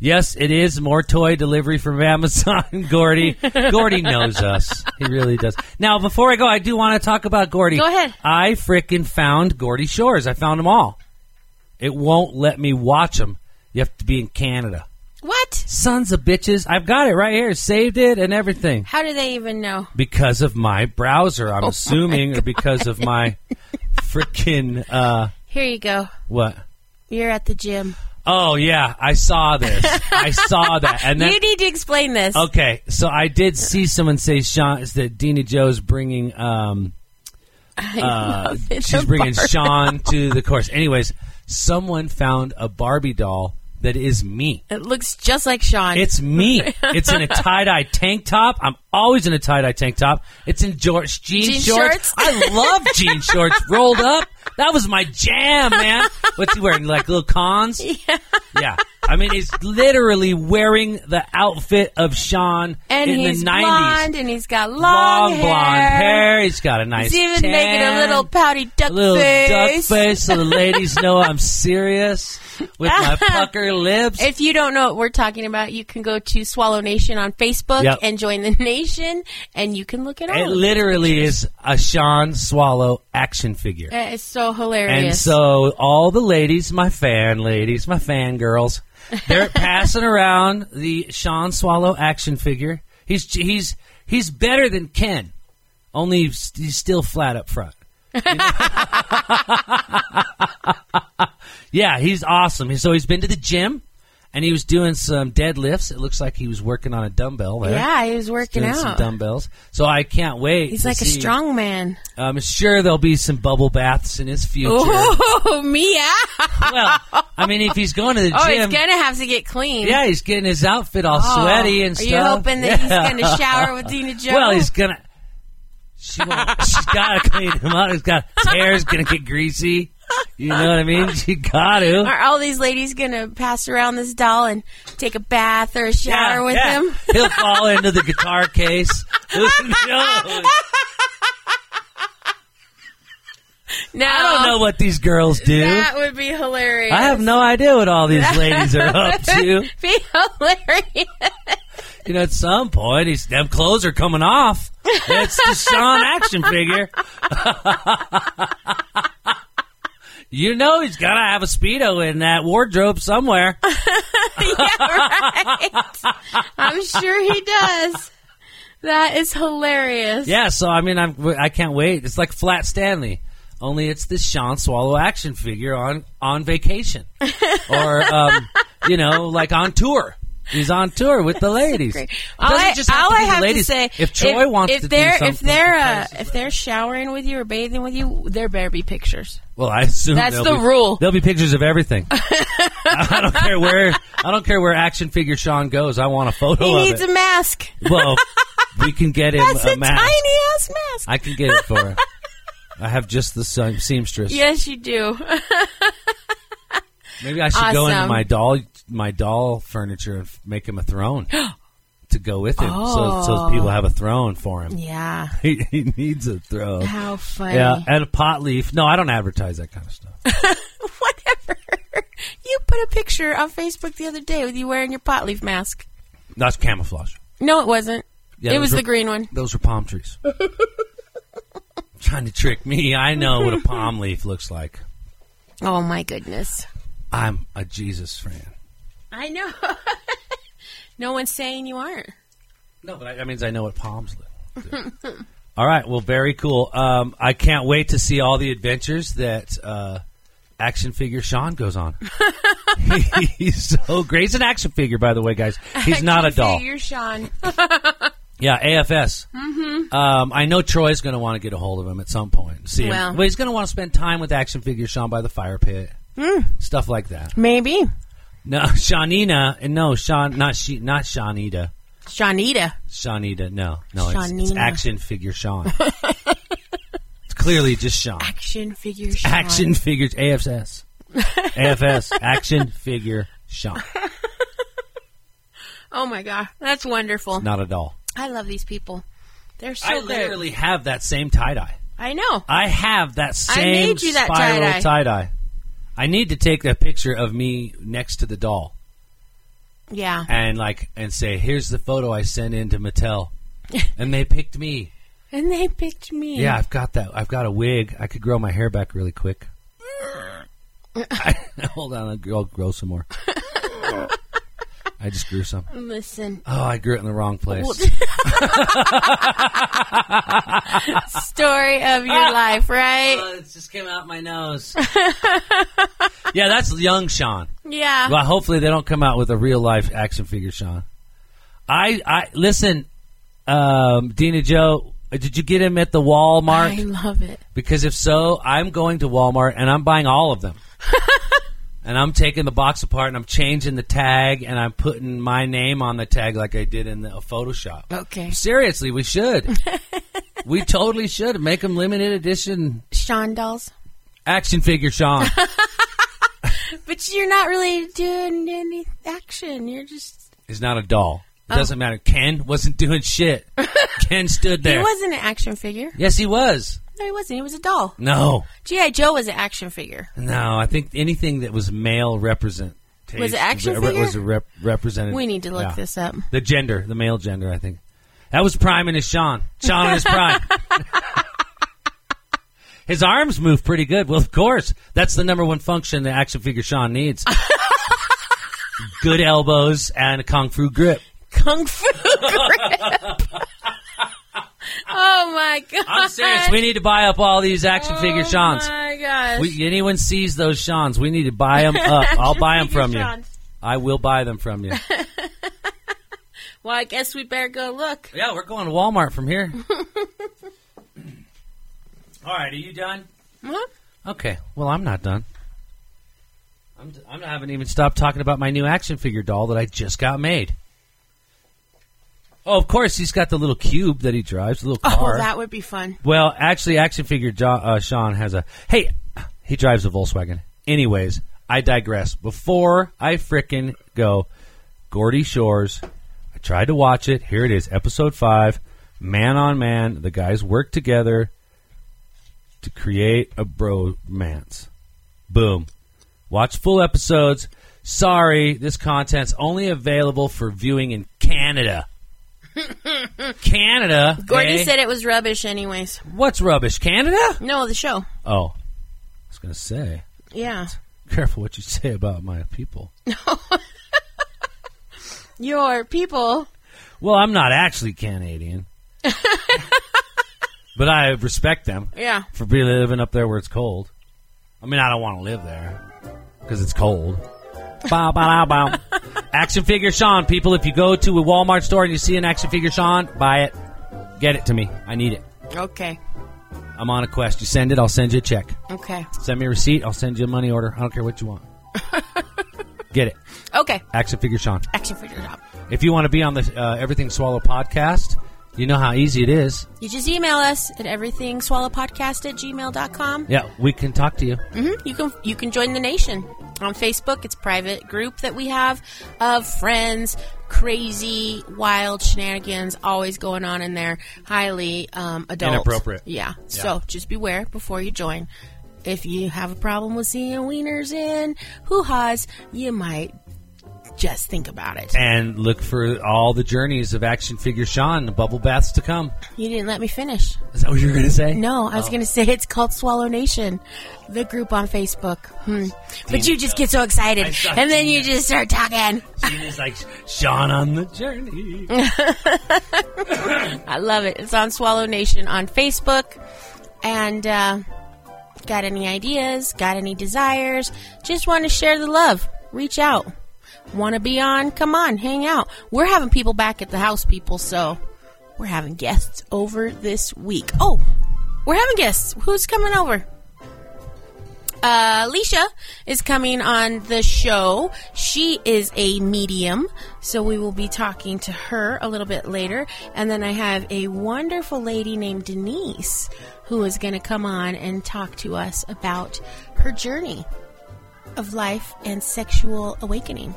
Yes, it is more toy delivery from Amazon. Gordy, Gordy knows us. He really does. Now, before I go, I do want to talk about Gordy.
Go ahead.
I frickin' found Gordy Shores. I found them all. It won't let me watch them. You have to be in Canada.
What?
Sons of bitches! I've got it right here. Saved it and everything
How do they even know?
because of my browser.
Oh
I'm assuming, or because of my frickin' uh,
Here you go.
what?
You're at the gym.
Oh yeah, I saw this. I saw that, and then
you need to explain this.
Okay, so I did see someone say Sean is that Dina Joe's bringing um uh, she's bringing Sean to the course. Anyways, someone found a Barbie doll that is me.
It looks just like Sean.
It's me. It's in a tie dye tank top. I'm always in a tie dye tank top. It's in George jean,
Jean
shorts.
shorts?
I love jean shorts rolled up. That was my jam, man. What's he wearing? Like little cons? Yeah. Yeah. I mean, he's literally wearing the outfit of Sean
and
in
he's
the 90s.
blonde, and he's got long,
Long
hair.
blonde hair. He's got a nice
He's even
tan.
making a little pouty duck
A little
face.
duck face so the ladies know I'm serious with my pucker lips.
If you don't know what we're talking about, you can go to Swallow Nation on Facebook
Yep.
and join the nation, and you can look it up.
It literally is a Sean Swallow action figure.
That is so hilarious.
And so all the ladies, my fan ladies, my fangirls, they're passing around the Sean Swallow action figure. He's he's he's better than Ken, only he's, he's still flat up front. You know? yeah, he's awesome. So he's been to the gym, and he was doing some deadlifts. It looks like he was working on a dumbbell there.
yeah, he was working
Doing some
out.
dumbbells, so I can't wait.
He's
to
like a
see-
strong man.
I'm sure there'll be some bubble baths in his future.
Oh, Mia!
Well, I mean, if he's going to the
Oh, he's
gym,
gonna have to get clean.
yeah, he's getting his outfit all
Oh,
sweaty and
Are
stuff.
you hoping that
Yeah.
he's gonna shower with Dina Joe?
Well, he's gonna. She won't, she's got to clean him up. He's got his hair's gonna get greasy. You know what I mean? She got to.
Are all these ladies gonna pass around this doll and take a bath or a shower with him?
He'll fall into the guitar case. Who knows?
No,
I don't know what these girls do.
That would be hilarious.
I have no idea what all these ladies are up to.
be hilarious.
you know, at some point, he's, them clothes are coming off. It's the Sean action figure. you know, he's got to have a Speedo in that wardrobe somewhere.
I'm sure he does. That is hilarious.
Yeah, so I mean, I'm, I can't wait. It's like Flat Stanley, only it's the Sean Swallow action figure on, on vacation or, um, you know, like on tour. He's on tour with the ladies.
Great.
It
All
doesn't
I,
just have
all
to be
I
the
have
ladies.
to say,
if Troy wants
if
to
they're,
do something,
if they're uh, if they're showering with you or bathing with you, there better be pictures.
well, I assume
that's
there'll
the
be-
rule.
There'll be pictures of everything. I don't care where I don't care where action figure Sean goes. I want a photo
He
of
needs
it.
a mask.
well, we can get him
That's a,
a mask. Uh,
tiny ass mask.
I can get it for him. I have just the seam- seamstress.
yes, you do.
Maybe I should go into
Awesome.
my doll my doll furniture and f- make him a throne to go with him. So
Oh.
so people have a throne for him.
yeah.
He, he needs a throne.
How funny.
Yeah, and a pot leaf. No, I don't advertise that kind of stuff.
Whatever. You put a picture on Facebook the other day with you wearing your pot leaf mask.
That's camouflage.
No, it wasn't.
Yeah,
it was
those
the
were-
green one.
Those are palm trees. Trying to trick me. I know what a palm leaf looks like.
Oh my goodness.
I'm a Jesus fan.
I know. no one's saying you aren't.
No, but I, that means I know what palms look. do. all right. Well, very cool. Um, I can't wait to see all the adventures that uh, action figure Sean goes on. He's so great. He's an action figure, by the way, guys. He's not a doll.
You're Sean.
Yeah, AFS. Mm-hmm. Um, I know Troy's going to want to get a hold of him at some point. and See him.
Well.
Well, he's going to want to spend time with action figure Sean by the fire pit.
Mm.
Stuff like that.
Maybe.
No, Shawnina. No, Sean. Not she. Not Shawnita.
Shawnita.
Shawnita. No, no. It's, it's
Shawnina.
action figure Sean. it's clearly just Sean.
Action figure Sean.
Action figures AFS. AFS. Action figure Sean.
Oh my god. That's wonderful.
Not at all.
I love these people. They're so
I
lit.
literally have that same tie dye.
I know.
I have that same
made you that tie-dye.
spiral tie dye. I need to take a picture of me next to the doll
Yeah.
and like and say, "Here's the photo I sent in to Mattel, and they picked me."
And they picked me.
Yeah, I've got that. I've got a wig. I could grow my hair back really quick. I, hold on, I'll grow- I'll grow some more. I just grew some.
Listen.
Oh, I grew it in the wrong place. uh.
Story of
Ah.
your life, right?
Oh, it just came out my nose. yeah, that's young Sean.
Yeah.
Well, hopefully they don't come out with a real life action figure, Sean. I, I listen, um, Dina Joe. Did you get him at the Walmart?
I love it.
Because if so, I'm going to Walmart and I'm buying all of them. and I'm taking the box apart and I'm changing the tag and I'm putting my name on the tag like I did in the Photoshop.
Okay.
Seriously, we should. we totally should make them limited edition
Sean dolls.
action figure, Sean.
But you're not really doing any action. You're just.
is not a doll.
Oh.
It doesn't matter. Ken wasn't doing shit. Ken stood there.
He wasn't an action figure.
yes, he was.
No, he wasn't. He was a doll.
No,
G.I. Joe was an action figure.
no. I think anything that was male represent
Was it action figure?
was a rep- represented.
We need to look
yeah.
this up.
The gender, the male gender, I think. That was prime in his Sean. Sean in his prime. his arms move pretty good. Well, of course, that's the number one function the action figure Sean needs. good elbows and a kung fu grip.
Kung Fu Grip. oh my god!
I'm serious. We need to buy up all these action figure Sean's.
Oh my gosh!
We, anyone sees those Sean's, we need to buy them up. I'll buy them
Figure
from you.
Sean's.
I will buy them from you.
Well, I guess we better go look.
Yeah, we're going to Walmart from here. All right, are you done?
Huh?
Okay. Well, I'm not done. I'm, d- I'm- I haven't even stopped talking about my new action figure doll that I just got made. Oh, of course, he's got the little cube that he drives, the little
Oh,
car.
that would be fun.
Well, actually, action figure jo- uh, Sean has a. Hey, he drives a Volkswagen. Anyways, I digress. Before I frickin' go, Gordy Shores. I tried to watch it. Here it is, episode five. Man on man, the guys work together to create a bromance. Boom. Watch full episodes. Sorry, this content's only available for viewing in Canada. Canada.
Gordy
eh?
said it was rubbish, anyways.
What's rubbish, Canada?
No, the show.
Oh, I was going to say,
Yeah,
careful what you say about my people.
your people.
Well, I'm not actually Canadian, but I respect them
Yeah,
for be living up there where it's cold. I mean, I don't want to live there because it's cold. Bow, bow, bow, bow. Action figure Sean, people, if you go to a Walmart store and you see an action figure Sean, buy it. Get it to me. I need it.
Okay.
I'm on a quest. You send it, I'll send you a check.
Okay.
Send me a receipt, I'll send you a money order. I don't care what you want. Get it.
Okay.
Action figure Sean.
Action figure job.
If you want to be on the uh, Everything Swallow podcast, you know how easy it is.
You just email us at everythingswallowpodcast at gmail.com.
Yeah, we can talk to you.
Mhm. You can you can join the nation on Facebook. It's a private group that we have of friends, crazy, wild shenanigans always going on in there. Highly um, adult,
Inappropriate.
Yeah. So just beware before you join. If you have a problem with seeing wieners in hoo ha's, you might just think about it.
And look for all the journeys of action figure Sean, the bubble baths to come.
You didn't let me finish.
Is that what you were going to say?
No, I was going to say it's called Swallow Nation, the group on Facebook. Hmm. But you just get so excited,
I saw
and then you
Tina.
just start talking.
It's like Sean on the journey.
I love it. It's on Swallow Nation on Facebook. And uh, got any ideas? Got any desires? Just want to share the love? Reach out. Want to be on? Come on, hang out. We're having people back at the house, people. So we're having guests over this week. Oh, we're having guests. Who's coming over? uh, Leisha is coming on the show. She is a medium, so we will be talking to her a little bit later. And then I have a wonderful lady named Denise who is going to come on and talk to us about her journey of life and sexual awakening.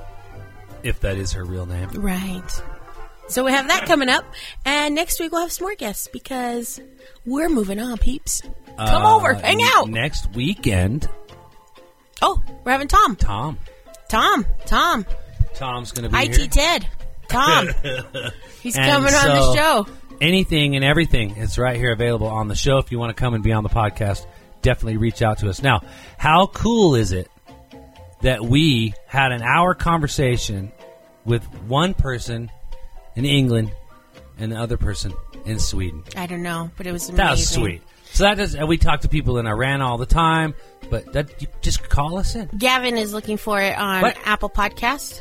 if that is her real name.
Right. So we have that coming up, and next week we'll have some more guests because we're moving on, peeps. Come
Uh,
over, hang out.
Next weekend,
oh, we're having Tom.
Tom.
Tom. Tom.
Tom's going to be
IT
here.
Ted. Tom. He's
And
coming on
so-
the show.
Anything and everything is right here available on the show. If you want to come and be on the podcast, definitely reach out to us. Now, how cool is it that we had an hour conversation with one person in England and the other person in Sweden?
I don't know, but it was amazing.
That was sweet. So that is, and we talk to people in Iran all the time, but that you just call us in.
Gavin is looking for it on
What?
Apple Podcast.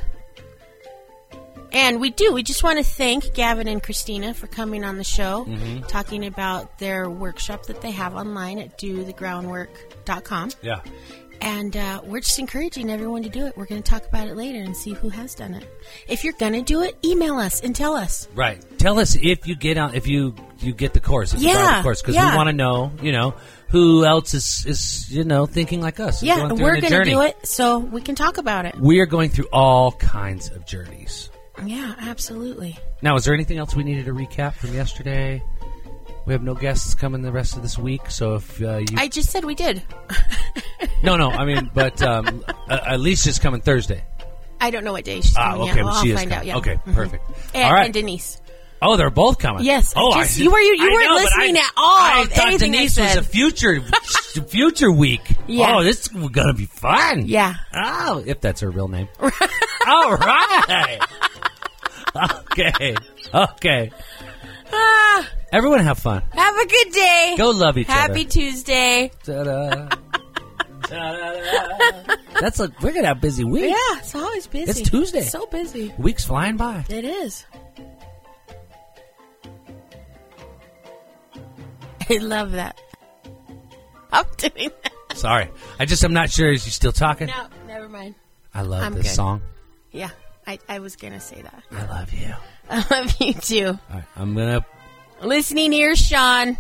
And we do. We just want to thank Gavin and Christina for coming on the show,
Mm-hmm.
talking about their workshop that they have online at dothegroundwork.com.
Yeah.
And uh, we're just encouraging everyone to do it. We're going to talk about it later and see who has done it. If you're going to do it, email us and tell us.
Right. Tell us if you get on, if you you get the course, if you
Yeah,
buy the course, because we
yeah.
want to know, you know, who else is is you know thinking like us. and
Yeah,
going
and
through
we're
the
going to
journey.
do it so we can talk about it.
We are going through all kinds of journeys.
Yeah, absolutely.
Now, is there anything else we needed to recap from yesterday? We have no guests coming the rest of this week, so if uh, you
I just said we did.
no no, I mean, but um, uh, at least it's coming Thursday.
I don't know what day she's
Ah,
coming
okay,
yet.
well,
Well, I'll
she is
find out.
coming.
Yeah.
Okay,
Mhm.
perfect.
And,
All right.
and Denise.
Oh, they're both coming.
Yes, I
Oh,
just- you were- you- you
I
weren't
know, but
listening
I-
at all
I
of
thought
anything I
Denise was
said.
a future, future week.
Yeah.
Oh, this is gonna be fun.
Yeah.
Oh, if that's her real name. all right. Okay. Okay.
Ah,
Everyone have fun.
have a good day.
Go love each
Happy
other.
Tuesday.
Ta-da. Ta-da. That's a we're gonna have a busy week.
Yeah, it's always busy.
It's Tuesday.
So busy.
Weeks flying by.
It is. I love that. I'm doing that.
Sorry, I just I'm not sure. Is you still talking?
No, never mind.
I love
I'm
this
good.
song.
Yeah, I, I was going to say that.
I love you.
I love you too.
All right, I'm gonna.
Listening ears, Sean.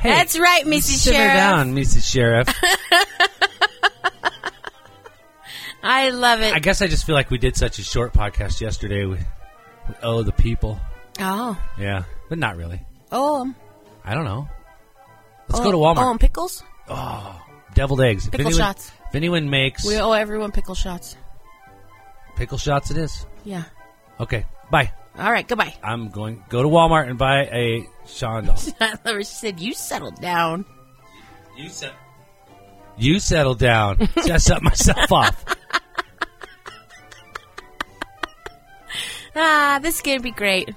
Hey,
That's right, Mrs.
Simmer
Sheriff.
down, Mrs. Sheriff.
I love it.
I guess I just feel like we did such a short podcast yesterday. We, we owe the people.
oh,
Yeah, but not really.
oh, um,
I don't know. Let's
oh,
go to
Oh,
Walmart.
and pickles.
Deviled eggs. If
pickle
anyone,
shots.
If anyone makes
We owe everyone pickle shots.
pickle shots, it is
Yeah.
okay. Bye.
All right. Goodbye.
I'm going go to Walmart and buy a Sean doll.
I love her. She said, "You settled down."
you settle. You settle down. See, I set myself off.
Ah, this is gonna be great.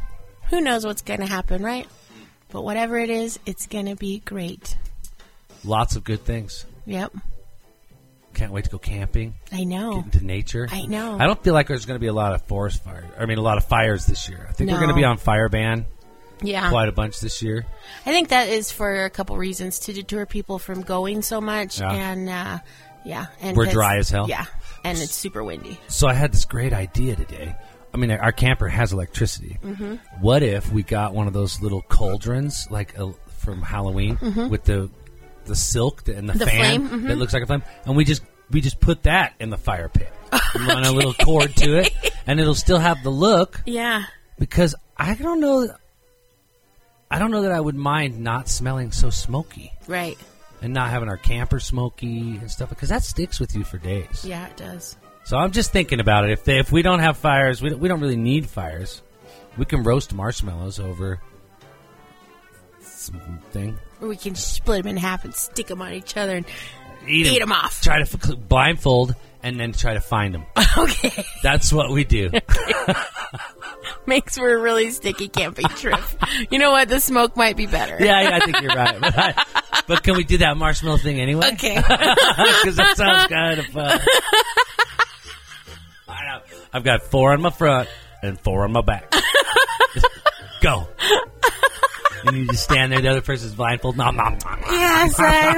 Who knows what's gonna happen, right? But whatever it is, it's gonna be great.
Lots of good things.
Yep.
Can't wait to go camping,
I know.
get into nature.
Oh. I know.
I don't feel like there's going to be a lot of forest fires. I mean, a lot of fires this year. I think we're
No. Uh.
going to be on fire ban
Yeah.
quite a bunch this year.
I think that is for a couple reasons to deter people from going so much,
Yeah.
and uh, yeah, and
We're
'cause-
dry as hell.
Yeah, and it's super windy.
So I had this great idea today. I mean, our camper has electricity. Mm-hmm. What if we got one of those little cauldrons, like uh, from Halloween, with the the silk and the,
Mm-hmm. The
fan
flame, mhm.
that looks like a flame, and we just we just put that in the fire pit, and run a little cord to it, and it'll still have the look
Yeah,
because I don't know, I don't know that I would mind not smelling so smoky
right.
and not having our camper smoky and stuff because that sticks with you for days.
Yeah, it does.
So I'm just thinking about it. If they, if we don't have fires, we don't, we don't really need fires. We can roast marshmallows over something.
Or we can split them in half and stick them on each other. And,
Eat,
'em off.
Try to f- blindfold and then try to find them.
okay,
That's what we do.
makes for a really sticky camping trip. you know what? The smoke might be better.
yeah, yeah, I think you're right. But, I- but can we do that marshmallow thing anyway?
Okay.
Because that sounds kind of fun. I know. I've got four on my front and four on my back. Just go. And you just stand there. The other person's blindfolded. Nom, nom, nom, nom.
yes, I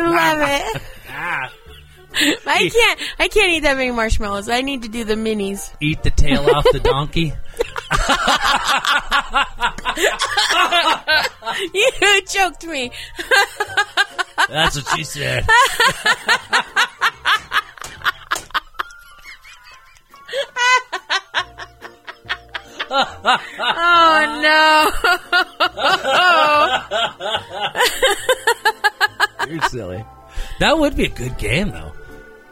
love
Ah.
it. I can't. I can't eat that many marshmallows. I need to do the minis.
Eat the tail off the donkey.
you choked me.
That's what she said.
Oh no.
You're silly. That would be a good game, though.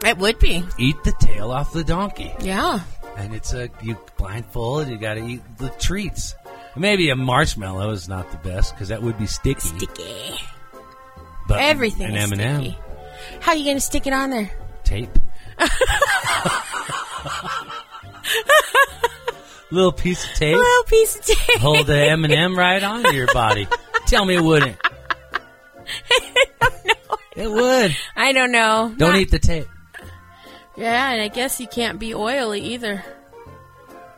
It would be.
Eat the tail off the donkey.
Yeah.
And it's a, you blindfold, you gotta eat the treats. Maybe a marshmallow is not the best, because that would be sticky.
Sticky.
But
Everything.
An
is
M&M.
sticky. How you going to stick it on there?
tape. Little piece of tape.
Little piece of tape.
Hold the M and M right onto your body. Tell me it wouldn't. It would.
I don't know.
Don't
Not-
eat the tape.
Yeah, and I guess you can't be oily either.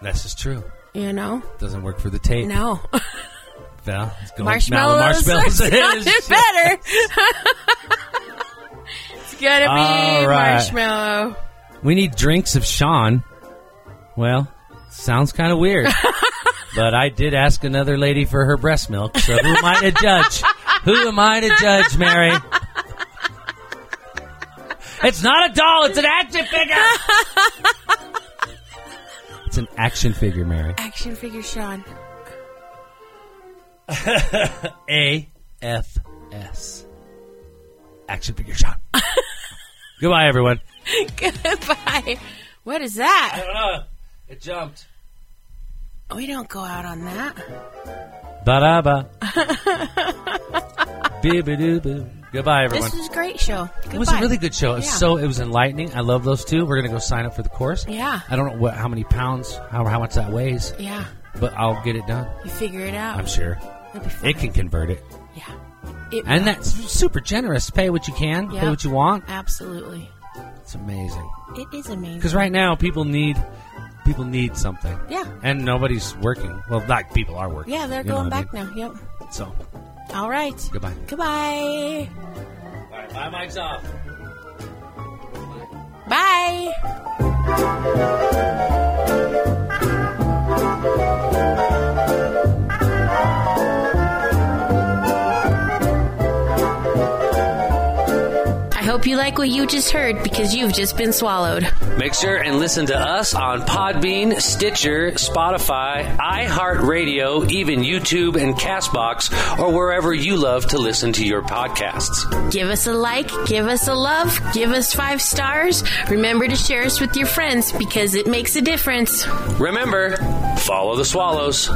That's just true.
You know?
Doesn't work for the tape.
No.
Val, it's going
Marshmallows,
marshmallows.
are sounding better. it's gonna be
All right.
marshmallow.
We need drinks of Sean. Well, sounds kind of weird. but I did ask another lady for her breast milk, so who am I to judge? Who am I to judge, Mary? It's not a doll, it's an action figure! it's an action figure, Mary.
Action figure Sean.
A F S. Action figure Sean. Goodbye, everyone.
Goodbye. What is that?
don't know. Uh, It jumped.
We don't go out on that.
Ba-da-ba. Boo-ba-doo-boo. Goodbye, everyone.
This was a great show. Goodbye.
It was a really good show. It was
Yeah.
so it was enlightening. I love those two. We're gonna go sign up for the course.
Yeah.
I don't know what how many pounds, how how much that weighs,
Yeah.
but I'll get it done.
You figure it out.
I'm sure
That'd be fun.
it can convert it,
yeah. It
and that's super generous. Pay what you can,
Yeah.
pay what you want.
Absolutely.
It's amazing
It is amazing.
because right now people need people need something.
Yeah.
and nobody's working. Well, not people are working.
Yeah, they're
You know
going
what I
back now. Yep.
mean? So
All right.
goodbye.
Goodbye.
All right, my mic's off.
Bye. I hope you like what you just heard because you've just been swallowed.
Make sure and listen to us on Podbean, Stitcher, Spotify, iHeartRadio, even YouTube and Castbox, or wherever you love to listen to your podcasts.
Give us a like, give us a love, give us five stars. Remember to share us with your friends because it makes a difference.
Remember, follow the swallows.